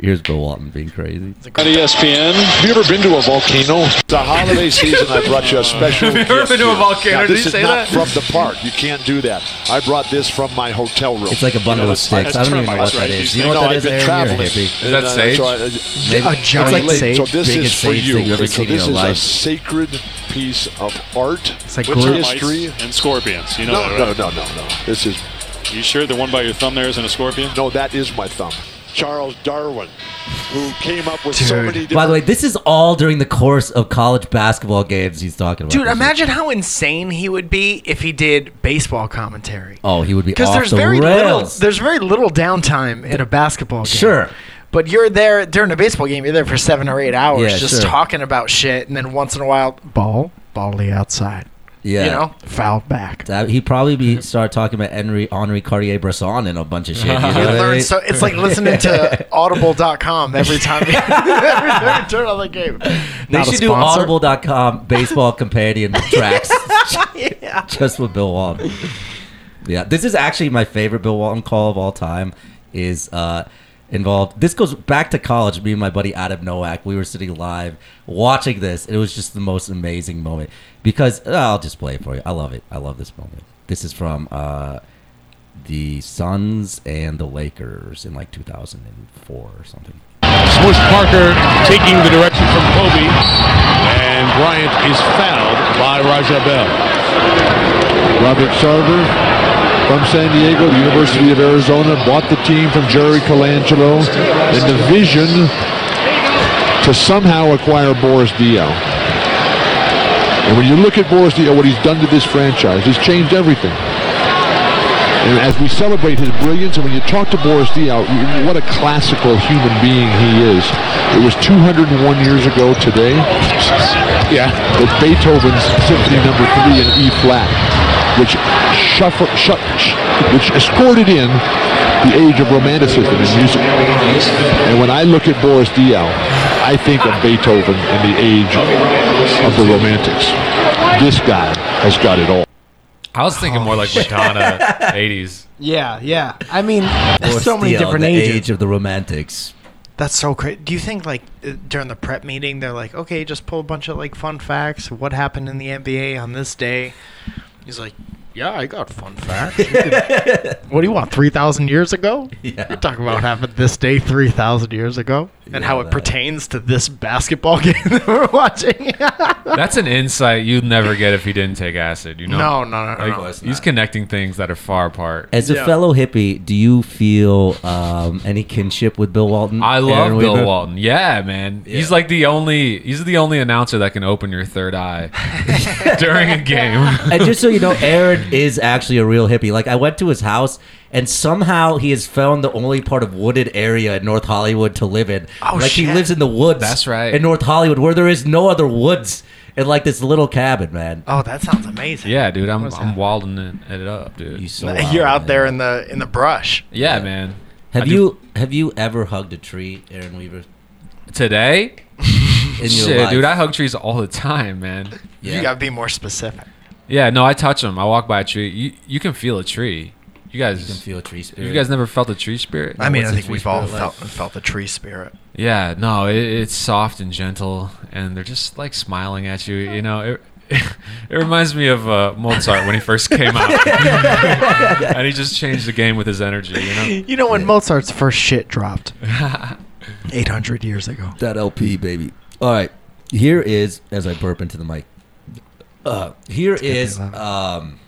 H: Here's Bill Walton being crazy.
Q: At E ESPN, have you ever been to a volcano? The holiday season, I brought you a special.
I: Have you ever
Q: gift
I: been to a
Q: here.
I: volcano?
Q: Now,
I: Did
Q: this
I: you
Q: is
I: say
Q: not
I: that?
Q: from the park. You can't do that. I brought this from my hotel room.
H: It's like a bundle of sticks. I don't even know what that is. You know what that is,
Q: I've been
H: Aaron?
Q: traveling.
H: You're a hippie.
Q: And,
H: Is that
Q: uh, so
H: sage?
Q: I- uh,
H: Maybe- A it's giant like- sage,
Q: So this
H: biggest
Q: is for
H: sage thing you've
Q: you.
H: ever
Q: So
H: seen in
Q: this
H: your
Q: is a
H: life.
Q: sacred piece of art. It's
A: like
Q: with
A: glue.
Q: history
A: and scorpions. You know
Q: no,
A: that,
Q: no,
A: right?
Q: no, no, no. This is.
A: You sure the one by your thumb there isn't a scorpion?
Q: No, that is my thumb. Charles Darwin, who came up with so many different.
H: By the way, this is all during the course of college basketball games he's talking about.
J: Dude, imagine how insane he would be if he did baseball commentary.
H: Oh, he would be
J: Because
H: off
J: there's
H: the
J: very little,
H: rails.
J: there's very little downtime in a basketball game.
H: Sure.
J: But you're there during a baseball game. You're there for seven or eight hours,
H: Yeah,
J: just
H: sure.
J: talking about shit, and then once in a while, ball, volley outside.
H: Yeah.
J: You know, fouled back.
H: That- he'd probably be start talking about Henry Henri Cartier Bresson and a bunch of shit. You know
J: You
H: what I mean?
J: learn so it's like listening to audible.com every time you every time you turn on the game.
H: They
J: Not a
H: should do
J: sponsor.
H: audible.com baseball companion tracks just with Bill Walton. Yeah, this is actually my favorite Bill Walton call of all time is uh involved. This goes back to college. Me and my buddy Adam Nowak, we were sitting live watching this. and It was just the most amazing moment because uh, I'll just play it for you. I love it. I love this moment. This is from uh the Suns and the Lakers in like 2004 or something.
S: Smush Parker taking the direction from Kobe. And Bryant is fouled by Rajah Bell.
T: Robert Sarver from San Diego, the University of Arizona, bought the team from Jerry Colangelo in the vision to somehow acquire Boris Dio. And when you look at Boris Dio, what he's done to this franchise, he's changed everything. And as we celebrate his brilliance, and when you talk to Boris Dio, you- what a classical human being he is. It was 201 years ago today. Yeah. That Beethoven's Symphony Number Three in E flat, which shuffled, shu- sh- which escorted in the age of romanticism in music. And when I look at Boris Dio, I think of Beethoven and the age of the Romantics. This guy has got it all.
I: I was thinking more
H: Oh,
I: like Madonna, 80s.
J: Yeah, yeah. I mean,
H: Or
J: so many
H: Steele,
J: different
H: the
J: ages.
H: age of the romantics.
J: That's so crazy. Do you think like uh, during the prep meeting they're like, okay, just pull a bunch of like fun facts. What happened in the NBA on this day? He's like, yeah, I got fun facts. You can- what do you want? Three thousand years ago? Yeah. You're talking about what happened this day three thousand years ago, and how it pertains to this basketball game that we're watching.
I: That's an insight you'd never get if he didn't take acid. You know,
J: No, no, no, no,
I: Like,
J: no, it's
I: he's connecting things that are far apart.
H: As a fellow hippie, do you feel um, any kinship with Bill Walton?
I: I love
H: Aaron
I: Bill
H: Weaver?
I: Walton. Yeah, man. He's like the only. He's the only announcer that can open your third eye during a game.
H: and just so you know, Aaron is actually a real hippie. Like I went to his house, and somehow he has found the only part of wooded area in North Hollywood to live in.
I: Oh,
H: like he
I: shit.
H: lives in the woods.
I: That's right.
H: In North Hollywood, where there is no other woods, in like this little cabin, man.
J: oh, that sounds amazing.
I: Yeah, dude. I'm
J: What's
I: I'm wilding it, it up, dude. You
H: so
J: You're out there in the in the brush.
I: Yeah, man.
H: Have
I: I do-
H: you have you ever hugged a tree, Aaron Weaver?
I: today?
H: your
I: Shit,
H: life.
I: dude. I hug trees all the time, man.
J: You gotta be more specific.
I: Yeah, no, I touch them. I walk by a tree. You you can feel a tree. You guys
H: You can feel a tree spirit.
I: You guys never felt a tree spirit?
J: I mean,
I: What's
J: I
I: a
J: think
I: tree
J: we've all
I: spirit
J: felt,
I: like?
J: felt the tree spirit.
I: Yeah, no, it, it's soft and gentle, and they're just like smiling at you. You know, it, it reminds me of uh, Mozart when he first came out, and he just changed the game with his energy. You know,
J: You know when Mozart's first shit dropped, eight hundred years ago.
H: That LP, baby. All right. Here is, as I burp into the mic, uh, here is um,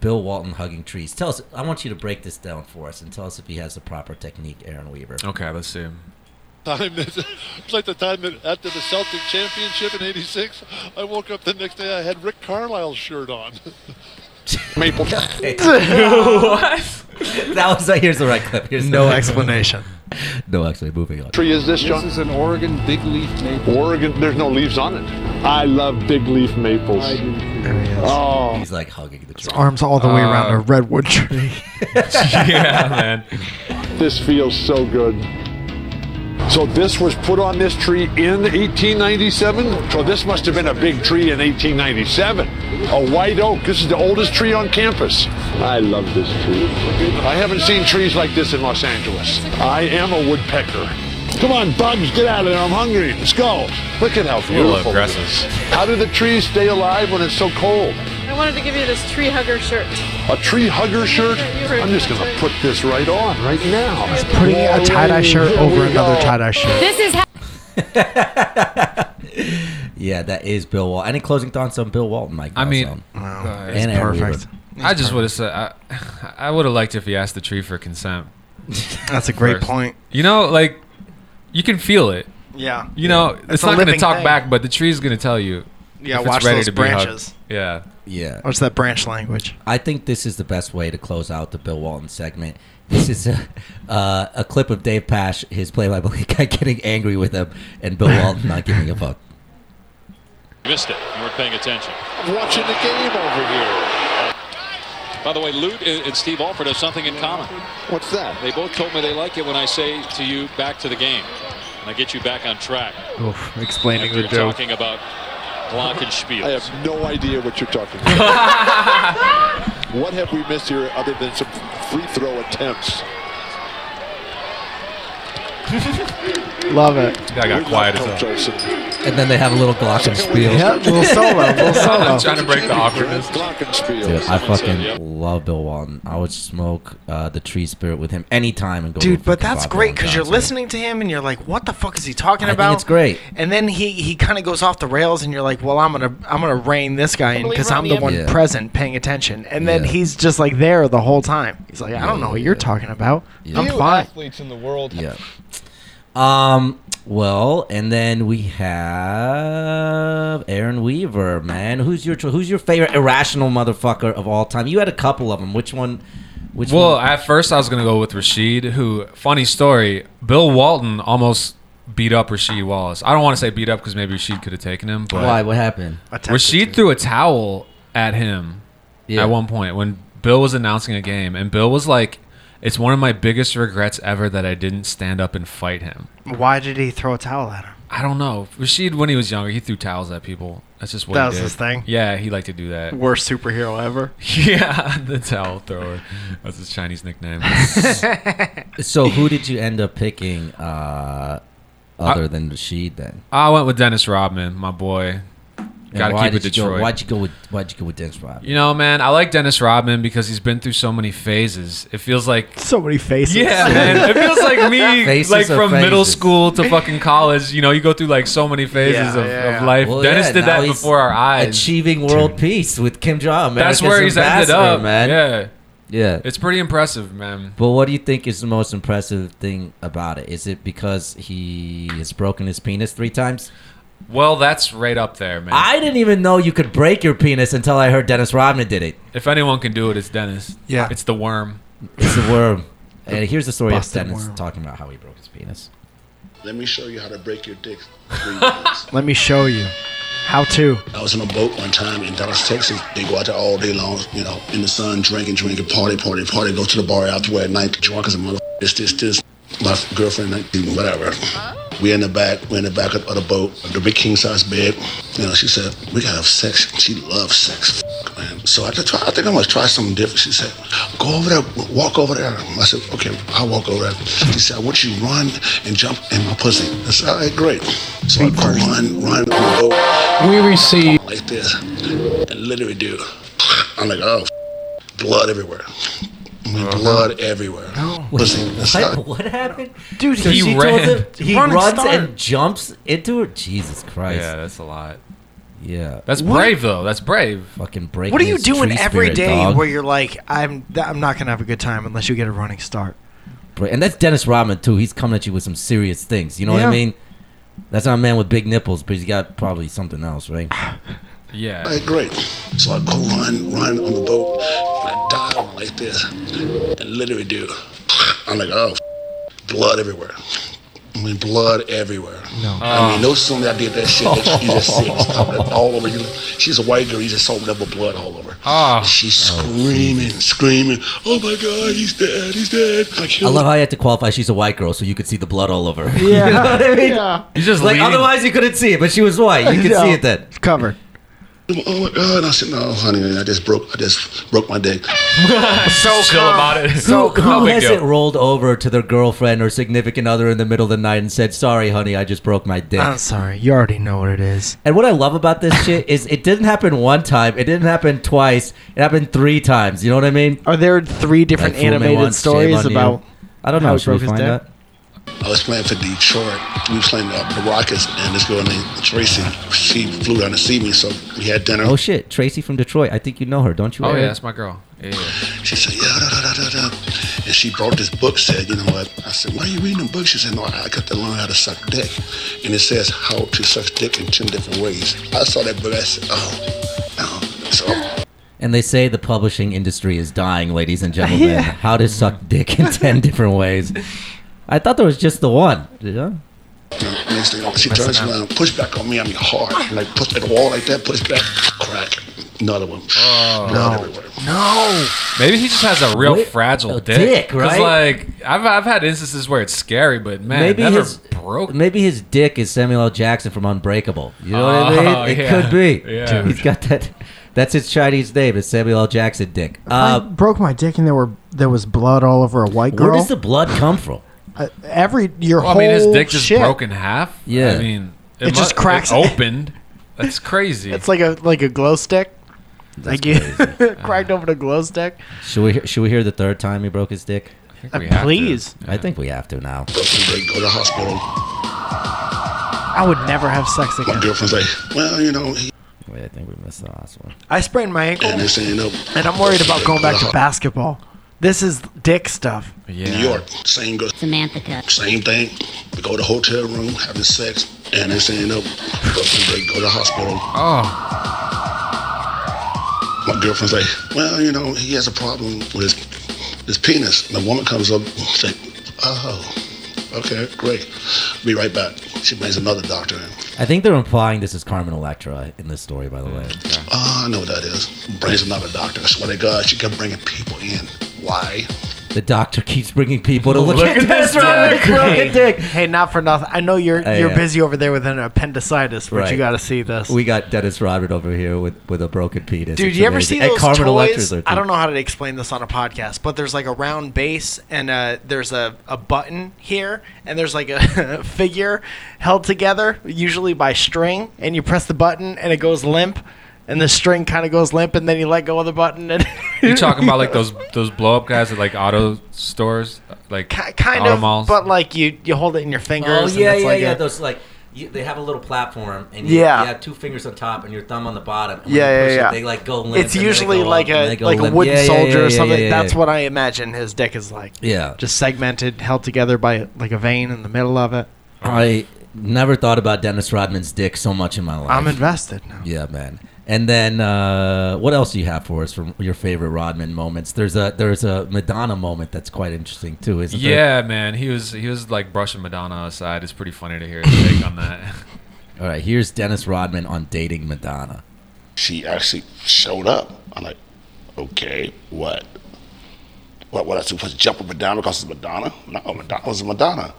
H: Bill Walton hugging trees. Tell us, I want you to break this down for us and tell us if he has the proper technique, Aaron Weaver.
I: Okay, let's see him.
Q: time that it's like the time that after the Celtic championship in '86, I woke up the next day I had Rick Carlisle's shirt on.
L: Maple.
H: What? That was, uh, here's the right clip. Here's the
Q: No
H: right clip.
Q: explanation.
H: No, actually, moving on.
Q: tree is this, John? This is an Oregon big leaf maple. Oregon, there's no leaves on it. I love big leaf maples. Oh,
H: he's like hugging the Uh, tree.
J: Arms all the way around a redwood tree.
I: yeah, man.
Q: This feels so good. So this was put on this tree in 1897. So this must have been a big tree in 1897. A white oak. This is the oldest tree on campus. I love this tree. I haven't seen trees like this in Los Angeles. I am a woodpecker. Come on, bugs, get out of there. I'm hungry. Let's go. Look at how beautiful. it
I: aggressive.
Q: is. How do the trees stay alive when it's so cold?
U: I wanted to give you this tree hugger shirt.
Q: A tree hugger shirt? I'm just going to put this right on right now. He's
J: Putting a tie dye shirt over another tie dye shirt.
U: This is how.
H: Yeah, that is Bill Walton. Any closing thoughts on Bill Walton, Mike?
I: I mean,
H: Nelson?
I: uh,
H: And Aaron Weaver.
I: I just would have said I, I would have liked if he asked the tree for consent.
J: That's a great point.
I: You know, like you can feel it.
J: Yeah.
I: You know,
J: It's
I: it's
J: a
I: not going to
J: living
I: talk
J: thing.
I: back, but the tree's going to tell you.
J: Yeah,
I: if it's
J: watch
I: ready
J: those
I: to be hugged.
J: branches.
I: Yeah.
H: Yeah.
J: What's that branch language?
H: I think this is the best way to close out the Bill Walton segment. This is a, uh, a clip of Dave Pash, his play-by-play guy, getting angry with him, and Bill Walton not giving a fuck.
V: Missed it. You weren't paying attention.
Q: I'm watching the game over here.
V: By the way, Lute and and Steve Alford have something in common.
Q: What's that?
V: They both told me they like it when I say to you, back to the game. And I get you back on track.
J: Oof, explaining
V: After talking about Glockenspiel.
Q: I have no idea what you're talking about. what have we missed here other than some free throw attempts?
J: Love it.
I: I got quiet as hell.
H: And then they have a little glockenspiel.
J: Yeah, little solo, little solo.
I: I'm trying to break the awkwardness.
H: Dude, I fucking love Bill Walton. I would smoke uh, the tree spirit with him anytime and go.
J: Dude,
H: to
J: but
H: fucking
J: that's
H: Bob
J: great
H: Dylan
J: because you're
H: concert.
J: listening to him and you're like, "What the fuck is he talking
H: I
J: about?"
H: think it's great.
J: And then he he kind of goes off the rails, and you're like, "Well, I'm gonna I'm gonna rein this guy in because I'm the one
H: Yeah.
J: present, paying attention." And then he's just like there the whole time. He's like, "I don't know what you're talking about. I'm
R: Few
J: fine."
R: athletes in the world.
H: Yeah. Um. Well, and then we have Aaron Weaver, man. Who's your who's your favorite irrational motherfucker of all time? You had a couple of them. Which one? Which
I: well,
H: one?
I: at first I was gonna go with Rashid. Who, funny story, Bill Walton almost beat up Rashid Wallace. I don't want to say beat up because maybe Rashid could have taken him. But
H: Why? What happened? Attempted
I: Rashid threw a towel at him
H: Yeah.
I: at one point when Bill was announcing a game, and Bill was like, "It's one of my biggest regrets ever that I didn't stand up and fight him."
J: Why did he throw a towel at him?
I: I don't know. Rashid, when he was younger, he threw towels at people. That's just what
J: That
I: he
J: was
I: did.
J: his thing?
I: Yeah, he liked to do
H: Uh,
I: that.
J: Worst superhero ever.
I: Yeah, the towel thrower. That's his Chinese nickname.
H: so who did you end up picking uh, other than Rashid then?
I: I went with Dennis Rodman, my boy.
H: And
I: Got to
H: why
I: keep it
H: did you go-
I: Detroit.
H: why'd you go with Why'd you go with Dennis Rodman?
I: You know, man, I like Dennis Rodman because he's been through so many phases. It feels like
J: so many faces.
I: Yeah, man. It feels like me,
H: Faces
I: like
H: or
I: from middle
H: phases?
I: school to fucking college. You know, you go through like so many phases
H: Yeah,
I: of,
H: yeah.
I: of life.
H: Well,
I: Dennis
H: yeah,
I: did
H: now
I: that
H: he's
I: before our eyes.
H: Achieving world peace with Kim Jong.
I: That's
H: America's
I: where he's ended
H: ambassador,
I: up,
H: man.
I: yeah.
H: yeah.
I: It's pretty impressive, man.
H: But what do you think is the most impressive thing about it? Is it because he has broken his penis three times?
I: Well, that's right up there, man.
H: I didn't even know you could break your penis until I heard Dennis Rodman did it.
I: if anyone can do it, it's Dennis.
H: Yeah.
I: it's the worm.
H: It's a worm. and here's the story of
I: busted
H: Dennis
I: worm.
H: talking about how he broke his penis.
B: Let me show you how to break your dick.
J: Let me show you how to.
B: I was in a boat one time in Dallas, Texas. They go out there all day long, you know, in the sun, drinking, drinking, party, party, party. Go to the bar afterward at night, drunk as a mother. This, this, this. My girlfriend, like, whatever.
Q: Oh.
B: We in the back, we in the back of, of the boat, the big king size bed. You know, she said, we gotta have sex. She loves sex, F- man. So I, just try, I think I'm gonna try something different. She said, go over there, w- walk over there. I said, okay, I'll walk over there. She said, I want you to run and jump in my pussy. I said, all right, great. So I go run, run, go. We receive. Like this. I literally do. I'm like, oh, f- blood everywhere. Blood everywhere. Pussy. That's how-
H: What, what happened?
B: Dude,
H: So
B: he
H: she
B: ran.
H: told him- he
B: Run and
H: runs
B: start.
H: and jumps into her. Jesus Christ.
I: Yeah, that's a lot.
H: Yeah.
I: That's
J: What-
I: brave though. That's brave.
H: Fucking breaking.
J: What are you
H: his
J: doing
H: tree
J: every
H: spirit,
J: day
H: dog.
J: where you're like, I'm, th- I'm not gonna have a good time unless you get a running start.
H: Bra- And that's Dennis Rodman too. He's coming at you with some serious things. You know what
J: Yeah.
H: I mean? That's not a man with big nipples, but he's got probably something else, right?
I: Yeah.
B: All right, great. So I go run, run on the boat, and I dive like this. And literally, dude, I'm like, oh, f- blood everywhere. I mean, blood everywhere. No. I mean, no sooner I did that shit, that you just see it coming all over you. She's a white girl, you just saw double blood all over.
I: Ah.
B: She's
H: Oh,
B: screaming, screaming, oh my God, he's dead, he's dead. I
H: I
B: killed
H: love how you had to qualify. She's a white girl, so you could see the blood all over. her.
B: Yeah.
H: you know what I mean?
B: Yeah.
I: You just
H: like
B: leaning-
H: otherwise you couldn't see it, but she was white. You could
B: Yeah.
H: see it then.
J: Covered.
B: Oh my God. And I said, no, honey, I just broke, I just broke my dick.
I: so chill about it.
H: So
I: No
H: who
I: big
H: hasn't
I: deal.
H: rolled over to their girlfriend or significant other in the middle of the night and said, "Sorry, honey, I just broke my dick."
J: I'm sorry, you already know what it is.
H: And what I love about this shit is it didn't happen one time, it didn't happen twice, it happened three times. You know what I mean?
J: Are there three different animated stories about
H: I don't
J: how
H: know.
J: he
H: Should we
J: broke his
H: find
J: dick?
H: out?
B: I was playing for Detroit. We was playing uh, the Rockets, and this girl named Tracy, she flew down to see me, so we had dinner.
H: Oh shit, Tracy from Detroit. I think you know her, don't you?
B: Oh,
H: Eric?
B: yeah,
I: That's my girl. Yeah.
B: She said, yeah, da, da, da, da, da. And she brought this book, said, you know what? I said, why are you reading a book? She said, no, I got to learn how to suck dick. And it says how to suck dick in 10 different ways. I saw that book, I said, oh, no. So
H: And they say the publishing industry is dying, ladies and gentlemen.
B: Yeah.
H: How to suck dick in ten different ways. I thought there was just the one. Yeah.
B: Next thing, she turns around, push back on me. I mean, hard. Like, push at the wall like that, push back, crack. Another one.
I: Oh.
B: Blood
H: Oh.
B: everywhere.
J: No.
I: Maybe he just has a real
B: Wait,
I: fragile
B: a
I: dick.
B: dick,
I: 'Cause,
B: right?
I: like I've, I've had instances where it's scary, but man,
H: maybe
I: never
H: his maybe his dick is Samuel L. Jackson from Unbreakable. You know what
I: Oh,
H: I mean? It
I: yeah.
H: could be.
I: Yeah.
H: He's got that. That's his Chinese name. It's Samuel L. Jackson dick.
J: I
H: Uh,
J: broke my dick and there were there was blood all over a white girl.
H: where does the blood come from?
J: Uh, every your
I: Well, I
J: whole
I: mean, his dick just
J: shit.
I: broke in half.
H: Yeah.
I: I mean,
J: It just cracks-
I: It opened. That's crazy.
J: It's like a like a glow stick. like you cracked open a glow stick.
H: Should we should we hear the third time he broke his dick?
J: Uh, we have to. please.
H: I think we have to now.
B: They go to the hospital.
J: I would never have sex again.
B: My girlfriend's like, well, Uh, you know. He,
H: Wait, I think we missed the last one.
J: I sprained my ankle.
B: And they're saying, no.
J: And I'm worried about going back to basketball. This is dick stuff.
B: Uh, New York, same girl. Samantha Same thing. We go to the hotel room, having sex, and they're saying, no. They go to the hospital.
E: Ah.
I: Oh.
B: My girlfriend's like, well, you know, he has a problem with his, his penis. And the woman comes up and says, oh, okay, great. Be right back. She brings another doctor in.
H: I think they're implying this is Carmen Electra in this story, by the way.
B: Ah, Uh, Oh, I know what that is. Brings another doctor. I swear to God, she kept bringing people in. Why?
H: The doctor keeps bringing people to look,
J: Look
H: at,
J: at
H: this
J: this dick.
H: broken dick.
J: Hey, not for nothing. I know you're
H: Hey,
J: you're
H: yeah.
J: busy over there with an appendicitis, but you
H: Right.
J: got to see this.
H: We got Dennis Rodman over here with, with a broken penis.
J: Dude,
H: It's
J: you ever
H: amazing.
J: see
H: And
J: those
H: Carmen
J: toys?
H: Electra's there,
J: I
H: too.
J: don't know how to explain this on a podcast, but there's like a round base and uh there's a, a button here and there's like a figure held together usually by string and you press the button and it goes limp and the string kind of goes limp and then you let go of the button and
I: You talking about like those those blow up guys at like auto stores, like
J: kind
I: auto
J: of
I: malls?
J: but like you you hold it in your
H: Oh
J: fingers. and
H: yeah,
J: it's
H: yeah,
J: like
H: yeah.
J: a-
H: Those like you, they have a little platform, and you,
J: Yeah.
H: you have two fingers on top and your thumb on the bottom. And when
J: Yeah,
H: you
J: yeah,
H: push it,
J: yeah.
H: They like go limp.
J: It's
H: and then they
J: usually
H: go
J: like
H: up, and
J: a
H: they go
J: like a
H: limp.
J: wooden
H: Yeah, yeah,
J: soldier
H: yeah, yeah,
J: or something.
H: yeah,
J: That's
H: yeah.
J: what I imagine his dick is like.
H: Yeah.
J: just segmented, held together by like a vein in the middle of it.
H: I never thought about Dennis Rodman's dick so much in my life.
J: I'm invested now.
H: Yeah, man. And then uh, what else do you have for us from your favorite Rodman moments? There's a there's a Madonna moment that's quite interesting too, isn't there?
I: yeah, man, he was he was like brushing Madonna aside. It's pretty funny to hear his take on that.
H: All right, here's Dennis Rodman on dating Madonna.
B: she actually showed up. I'm like, okay, what? What? What? I supposed to jump with Madonna because it's Madonna? No, Madonna was Madonna.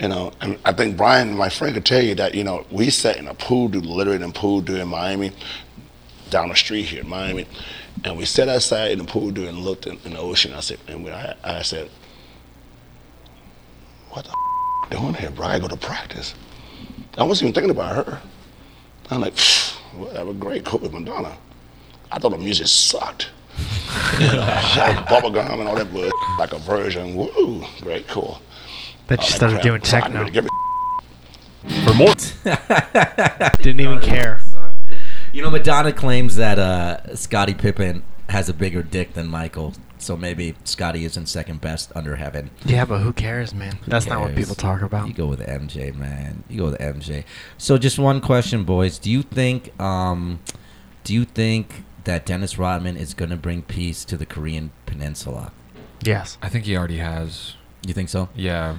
B: You know, and I think Brian, my friend, could tell you that. You know, we sat in a pool, do literally in a pool, do in Miami, down the street here in Miami, and we sat outside in the pool, do and looked in, in the ocean. I said, and when I, I said, what the f- doing here, Brian? Go to practice. I wasn't even thinking about her. I'm like, whatever, great, cool with Madonna. I thought the music sucked. you know, bubblegum and all that bull, like a version. Woo, great, cool.
J: Bet you started doing techno.
H: For more,
J: didn't even care.
H: You know, Madonna claims that uh, Scottie Pippen has a bigger dick than Michael, so maybe Scottie isn't second best under heaven.
J: Yeah, but who cares, man?
H: Who
J: That's not what
H: cares?
J: people talk about.
H: You go with MJ, man. You go with MJ. So just one question, boys. Do you think um do you think that Dennis Rodman is gonna bring peace to the Korean peninsula?
J: Yes.
I: I think he already has.
H: You think so?
I: Yeah.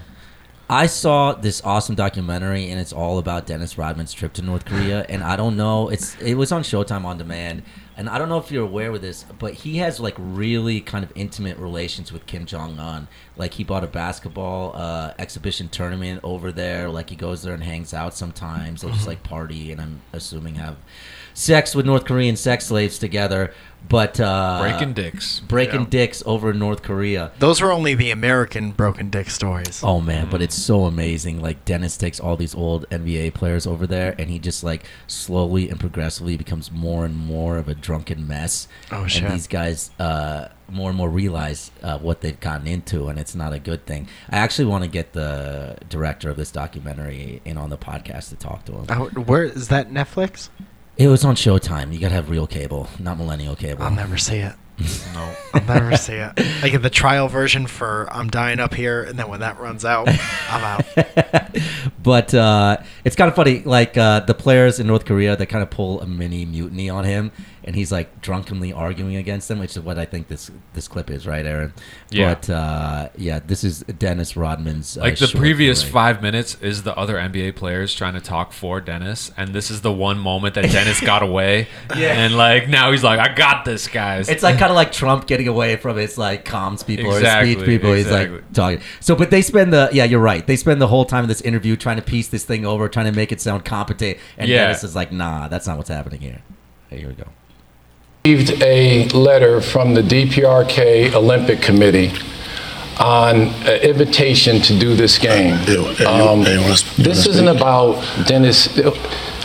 H: I saw this awesome documentary and it's all about Dennis Rodman's trip to North Korea and I don't know it's it was on Showtime on demand and I don't know if you're aware of this but he has like really kind of intimate relations with Kim Jong Un like he bought a basketball uh, exhibition tournament over there like he goes there and hangs out sometimes they'll
I: Mm-hmm.
H: just like party and I'm assuming have sex with North Korean sex slaves together but uh,
I: Breaking dicks.
H: breaking
I: Yeah.
H: dicks over in North Korea
J: Those were only the American broken dick stories.
H: Oh man, but it's so amazing. Like Dennis takes all these old NBA players over there, and he just like slowly and progressively becomes more and more of a drunken mess.
J: Oh,
H: And
J: shit.
H: these guys uh, more and more realize uh, what they've gotten into, and it's not a good thing. I actually want to get the director of this documentary in on the podcast to talk to him.
J: I would- where is that Netflix?
H: It was on Showtime. You gotta have real cable, not millennial cable.
J: I'll never see it.
I: No.
J: I'll never see it. I get the trial version for "I'm Dying Up Here," and then when that runs out, I'm out.
H: but uh, it's kind of funny. Like uh, the players in North Korea, they kind of pull a mini mutiny on him, and he's like drunkenly arguing against them, which is what I think this this clip is, right, Aaron?
I: Yeah.
H: But uh, yeah, this is Dennis Rodman's. Uh,
I: Like the
H: short
I: previous
H: story.
I: five minutes is the other NBA players trying to talk for Dennis, and this is the one moment that Dennis got away.
H: Yeah.
I: And like now he's like, I got this, guys.
H: It's like kind of like Trump getting away from his like comms people or his
I: Exactly,
H: speech people. He's like
I: exactly.
H: talking. So, but they spend the yeah, you're right. They spend the whole time of this interview trying to piece this thing over, trying to make it sound competent. And
I: Yeah.
H: Dennis is like, nah, that's not what's happening here. Hey, here we go.
E: received a letter from the DPRK Olympic Committee on uh, invitation to do this game. Um, This isn't about Dennis.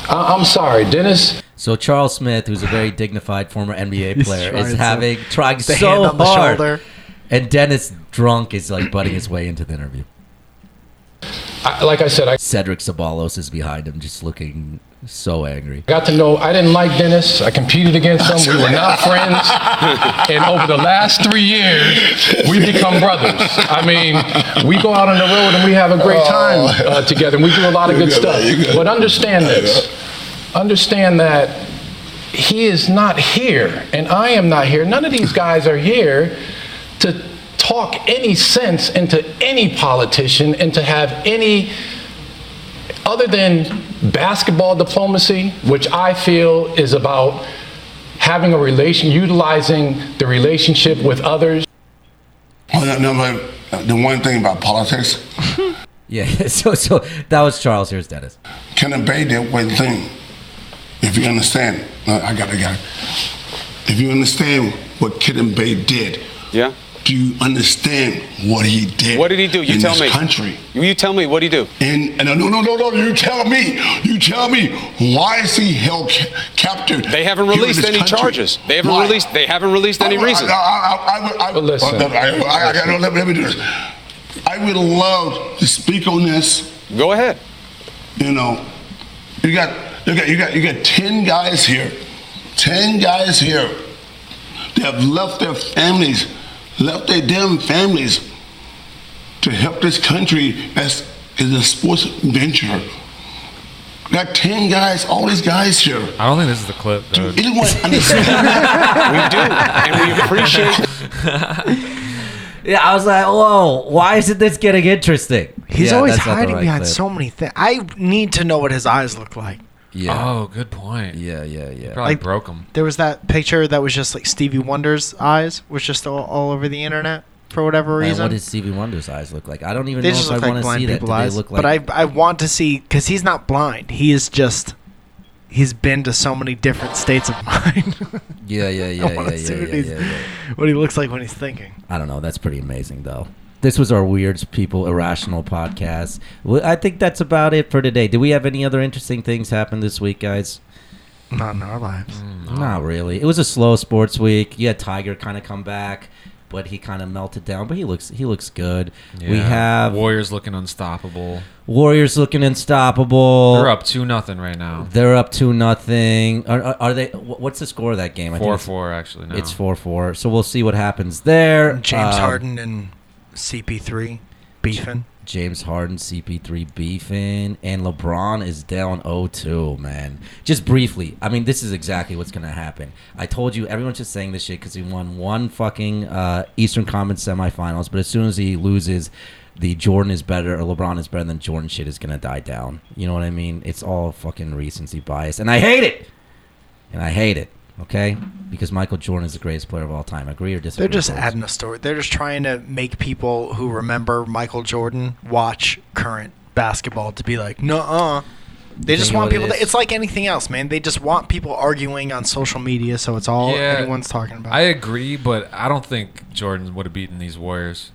E: I- I'm sorry, Dennis
H: So Charles Smith, who's a very dignified former NBA
E: He's
H: player,
E: trying
H: is
E: so-
H: having trying
E: the
H: so
E: hand on the
H: hard,
E: shoulder.
H: and Dennis drunk is like butting his way into the interview.
E: I, like I said, I,
H: Cedric Sabalos is behind him, just looking so angry.
E: got to know I didn't like Dennis. I competed against him. We were not friends. And over the last three years, we've become brothers. I mean, we go out on the road and we have a great time uh, together. And we do a lot of good stuff. But understand this. Understand that he is not here and I am not here. None of these guys are here to talk any sense into any politician and to have any other than basketball diplomacy, which I feel is about having a relation, utilizing the relationship with others.
B: Oh, no, no, but the one thing about politics,
H: Yeah. So so that was Charles. Here's Dennis.
B: can obey that one thing. If you understand, no, I got it, I got it. If you understand what Kid Bay did,
V: Yeah.
B: do you understand what he did?
V: What did he do? You
B: in
V: tell
B: this
V: me.
B: Country.
V: You you tell me. What do you do?
B: And, and no, no, no, no, you tell me. You tell me. Why is he held ca- captured?
V: They haven't
B: here in
V: released
B: this
V: any
B: country?
V: charges. They haven't
B: Why?
V: released. They haven't released any
B: I would-
V: reason.
B: I, I, I, would- I, would-
V: listen.
B: I, I, I, gotta- let, me- let me do this. I would love to speak on this.
V: Go ahead.
B: You know, you got you got you got you got ten guys here, ten guys here that have left their families, left their damn families to help this country as is a sports venture. Got ten guys, all these guys here.
I: I don't think this is the clip. Dude.
B: Anyone understand that?
V: we do, and we appreciate.
H: Yeah, I was like, whoa, why isn't this getting interesting?
J: He's
H: Yeah,
J: always
H: that's not the
J: hiding
H: right
J: behind
H: clip.
J: so many things. I need to know what his eyes look like.
H: Yeah.
I: Oh, good point.
H: Yeah, yeah, yeah.
I: Probably broke him.
J: There was that picture that was just like Stevie Wonder's eyes, was just all, all over the internet for whatever
H: Man,
J: reason.
H: what does Stevie Wonder's eyes look like? I don't even
J: they
H: know
J: just
H: if I
J: look like
H: want to see
J: blind
H: that. Do
J: people
H: they
J: eyes.
H: look like?
J: but I I want to see because he's not blind. He is just he's been to so many different states of mind.
H: yeah, yeah, yeah, yeah,
J: wanna
H: yeah,
J: see
H: yeah,
J: what
H: yeah,
J: he's-
H: yeah.
J: what he looks like when he's thinking.
H: I don't know. That's pretty amazing, though. This was our weird people irrational podcast. Well, I think that's about it for today. Do we have any other interesting things happen this week, guys?
J: Not in our lives.
H: Not really. It was a slow sports week. You had Tiger kind of come back, but he kind of melted down. But he looks he looks good. We
I: Yeah.
H: have
I: Warriors looking unstoppable.
H: Warriors looking unstoppable.
I: They're up two nothing right now.
H: They're up two nothing. Are, are, are they? wh- What's the score of that game? I think it's-
I: 4-4 actually now.
H: It's four four. So we'll see what happens there.
J: James
H: Um,
J: Harden and CP3 beefing.
H: James Harden, CP3 beefing, and LeBron is down 0-2, man. Just briefly, I mean, this is exactly what's going to happen. I told you, everyone's just saying this shit because he won one fucking uh, Eastern Conference semifinals, but as soon as he loses, the Jordan is better or LeBron is better than Jordan shit is going to die down. You know what I mean? It's all fucking recency bias, and I hate it. And I hate it, okay? Because Michael Jordan is the greatest player of all time. Agree or disagree?
J: They're just
H: folks?
J: adding a story. They're just trying to make people who remember Michael Jordan watch current basketball to be like, nuh-uh. They
H: You
J: just
H: know
J: want
H: what it
J: people.
H: is?
J: To, it's like anything else, man. They just want people arguing on social media, so it's all
I: Yeah.
J: anyone's talking about.
I: I agree, but I don't think Jordan would have beaten these Warriors.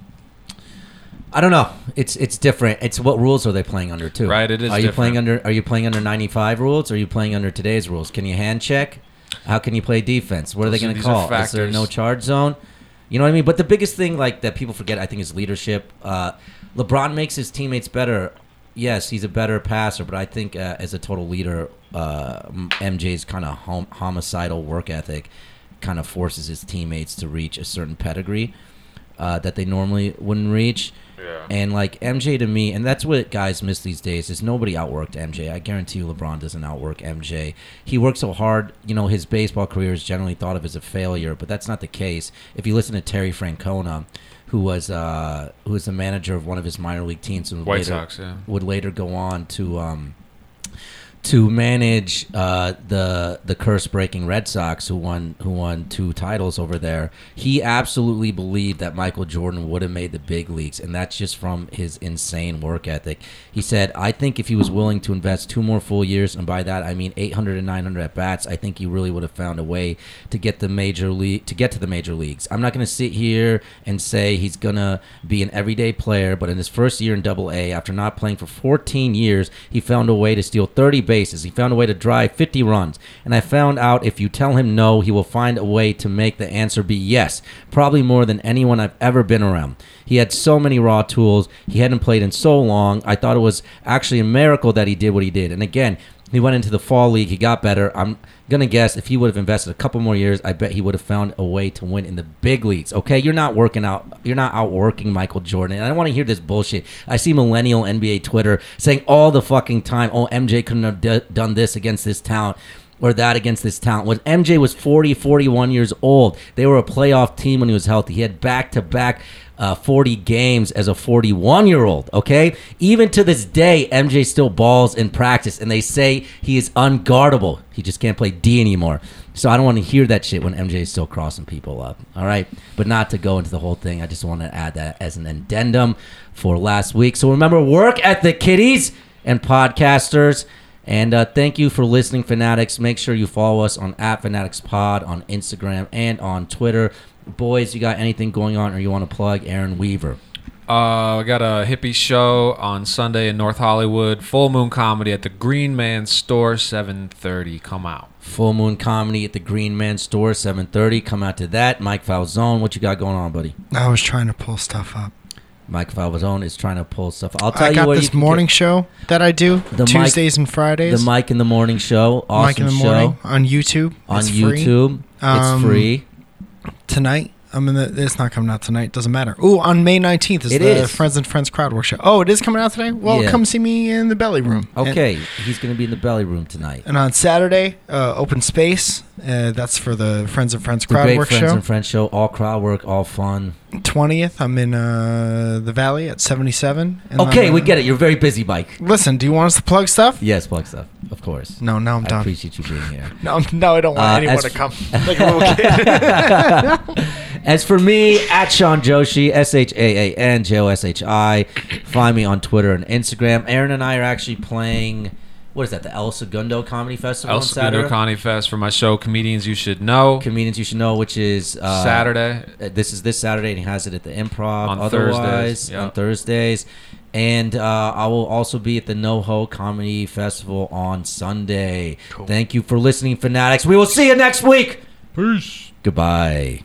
H: I don't know. It's it's different. It's what rules are they playing under too?
I: Right, it is
H: Are you
I: different.
H: playing under? Are you playing under ninety five rules? Or are you playing under today's rules? Can you hand check? How can you play defense? What are they
I: Those are-
H: going to
I: these are
H: call? Is there
I: factors.
H: no charge zone? You know what I mean? But the biggest thing like that people forget, I think, is leadership. Uh, LeBron makes his teammates better. Yes, he's a better passer, but I think uh, as a total leader, uh, M- MJ's kind of hom- homicidal work ethic kind of forces his teammates to reach a certain pedigree uh, that they normally wouldn't reach.
F: Yeah.
H: And like MJ to me, and that's what guys miss these days is nobody outworked MJ. I guarantee you LeBron doesn't outwork MJ. He worked so hard, you know, his baseball career is generally thought of as a failure, but that's not the case. If you listen to Terry Francona, who was uh, who was the manager of one of his minor league teams and would
I: White
H: later,
I: Sox, yeah.
H: would later go on to um, to manage uh, the the curse breaking Red Sox who won who won two titles over there. He absolutely believed that Michael Jordan would have made the big leagues, and that's just from his insane work ethic. He said, "I think if he was willing to invest two more full years, and by that I mean 800 and 900 at bats, I think he really would have found a way to get the major league to get to the major leagues. I'm not going to sit here and say he's going to be an everyday player, but in his first year in Double A, after not playing for 14 years, he found a way to steal 30 bases. He found a way to drive 50 runs. And I found out if you tell him no, he will find a way to make the answer be yes, probably more than anyone I've ever been around. He had so many raw tools. He hadn't played in so long. I thought it was actually a miracle that he did what he did. And again, he went into the fall league. He got better. I'm gonna guess if he would have invested a couple more years, I bet he would have found a way to win in the big leagues. Okay, you're not working out. You're not outworking Michael Jordan. And I don't want to hear this bullshit. I see millennial NBA Twitter saying all the fucking time, "Oh, MJ couldn't have d- done this against this talent." Or that against this talent. When MJ was 40, 41 years old, they were a playoff team when he was healthy. He had back to back uh, 40 games as a 41 year old, okay? Even to this day, MJ still balls in practice, and they say he is unguardable. He just can't play D anymore. So I don't want to hear that shit when MJ is still crossing people up. All right, but not to go into the whole thing. I just want to add that as an addendum for last week. So remember, work at the kitties and podcasters. And uh, thank you for listening, Fanatics. Make sure you follow us on at Fanatics Pod on Instagram and on Twitter. Boys, you got anything going on or you want to plug Aaron Weaver?
I: Uh, I got a hippie show on Sunday in North Hollywood. Full Moon Comedy at the Green Man Store, 7:30. Come out.
H: Full Moon Comedy at the Green Man Store, 7.30. Come out to that. Mike Falzone, what you got going on, buddy?
J: I was trying to pull stuff up.
H: Mike Falzone is trying to pull stuff. I'll tell
J: I got
H: you what
J: this
H: you can
J: morning
H: get.
J: show that I do
H: The Mike-
J: Tuesdays and Fridays.
H: The Mike in the Morning Show. Awesome
J: Mike in the
H: show.
J: morning on YouTube.
H: On
J: It's free.
H: YouTube.
J: Um,
H: it's free.
J: tonight. I mean, the- it's not coming out tonight. Doesn't matter. Ooh, on May nineteenth is
H: It
J: the
H: is.
J: Friends and Friends crowd workshop. Oh, it is coming out today. Well,
H: Yeah.
J: come see me in the belly room. And-
H: Okay, he's going to be in the belly room tonight.
J: And, on Saturday, uh, open space. Uh, that's for the Friends and Friends
H: The
J: crowd
H: great
J: work
H: Friends
J: show.
H: and Friends show. All crowd work, all fun.
J: Twentieth, I'm in uh, the Valley at seventy seven.
H: okay, we get it. You're very busy, Mike.
J: Listen, do you want us to plug stuff?
H: Yes, plug stuff. Of course.
J: No, now I'm
H: I
J: done.
H: appreciate you being here.
J: No, I'm- no, I don't want
H: Uh,
J: anyone
H: as-
J: to come. Like a little kid.
H: As for me, at Sean Joshi, S H A A N J O S H I. Find me on Twitter and Instagram. Aaron and I are actually playing. What is that? The El Segundo Comedy Festival
I: El
H: on Saturday.
I: Segundo Connie Fest for my show Comedians You Should Know.
H: Comedians You Should Know, which is uh,
I: Saturday.
H: uh, This is this Saturday, and he has it at the Improv.
I: On
H: Otherwise,
I: Thursdays,
H: on
I: yep.
H: Thursdays, and uh, I will also be at the NoHo Comedy Festival on Sunday. Thank you for listening, fanatics. We will see you next week. Peace. Goodbye.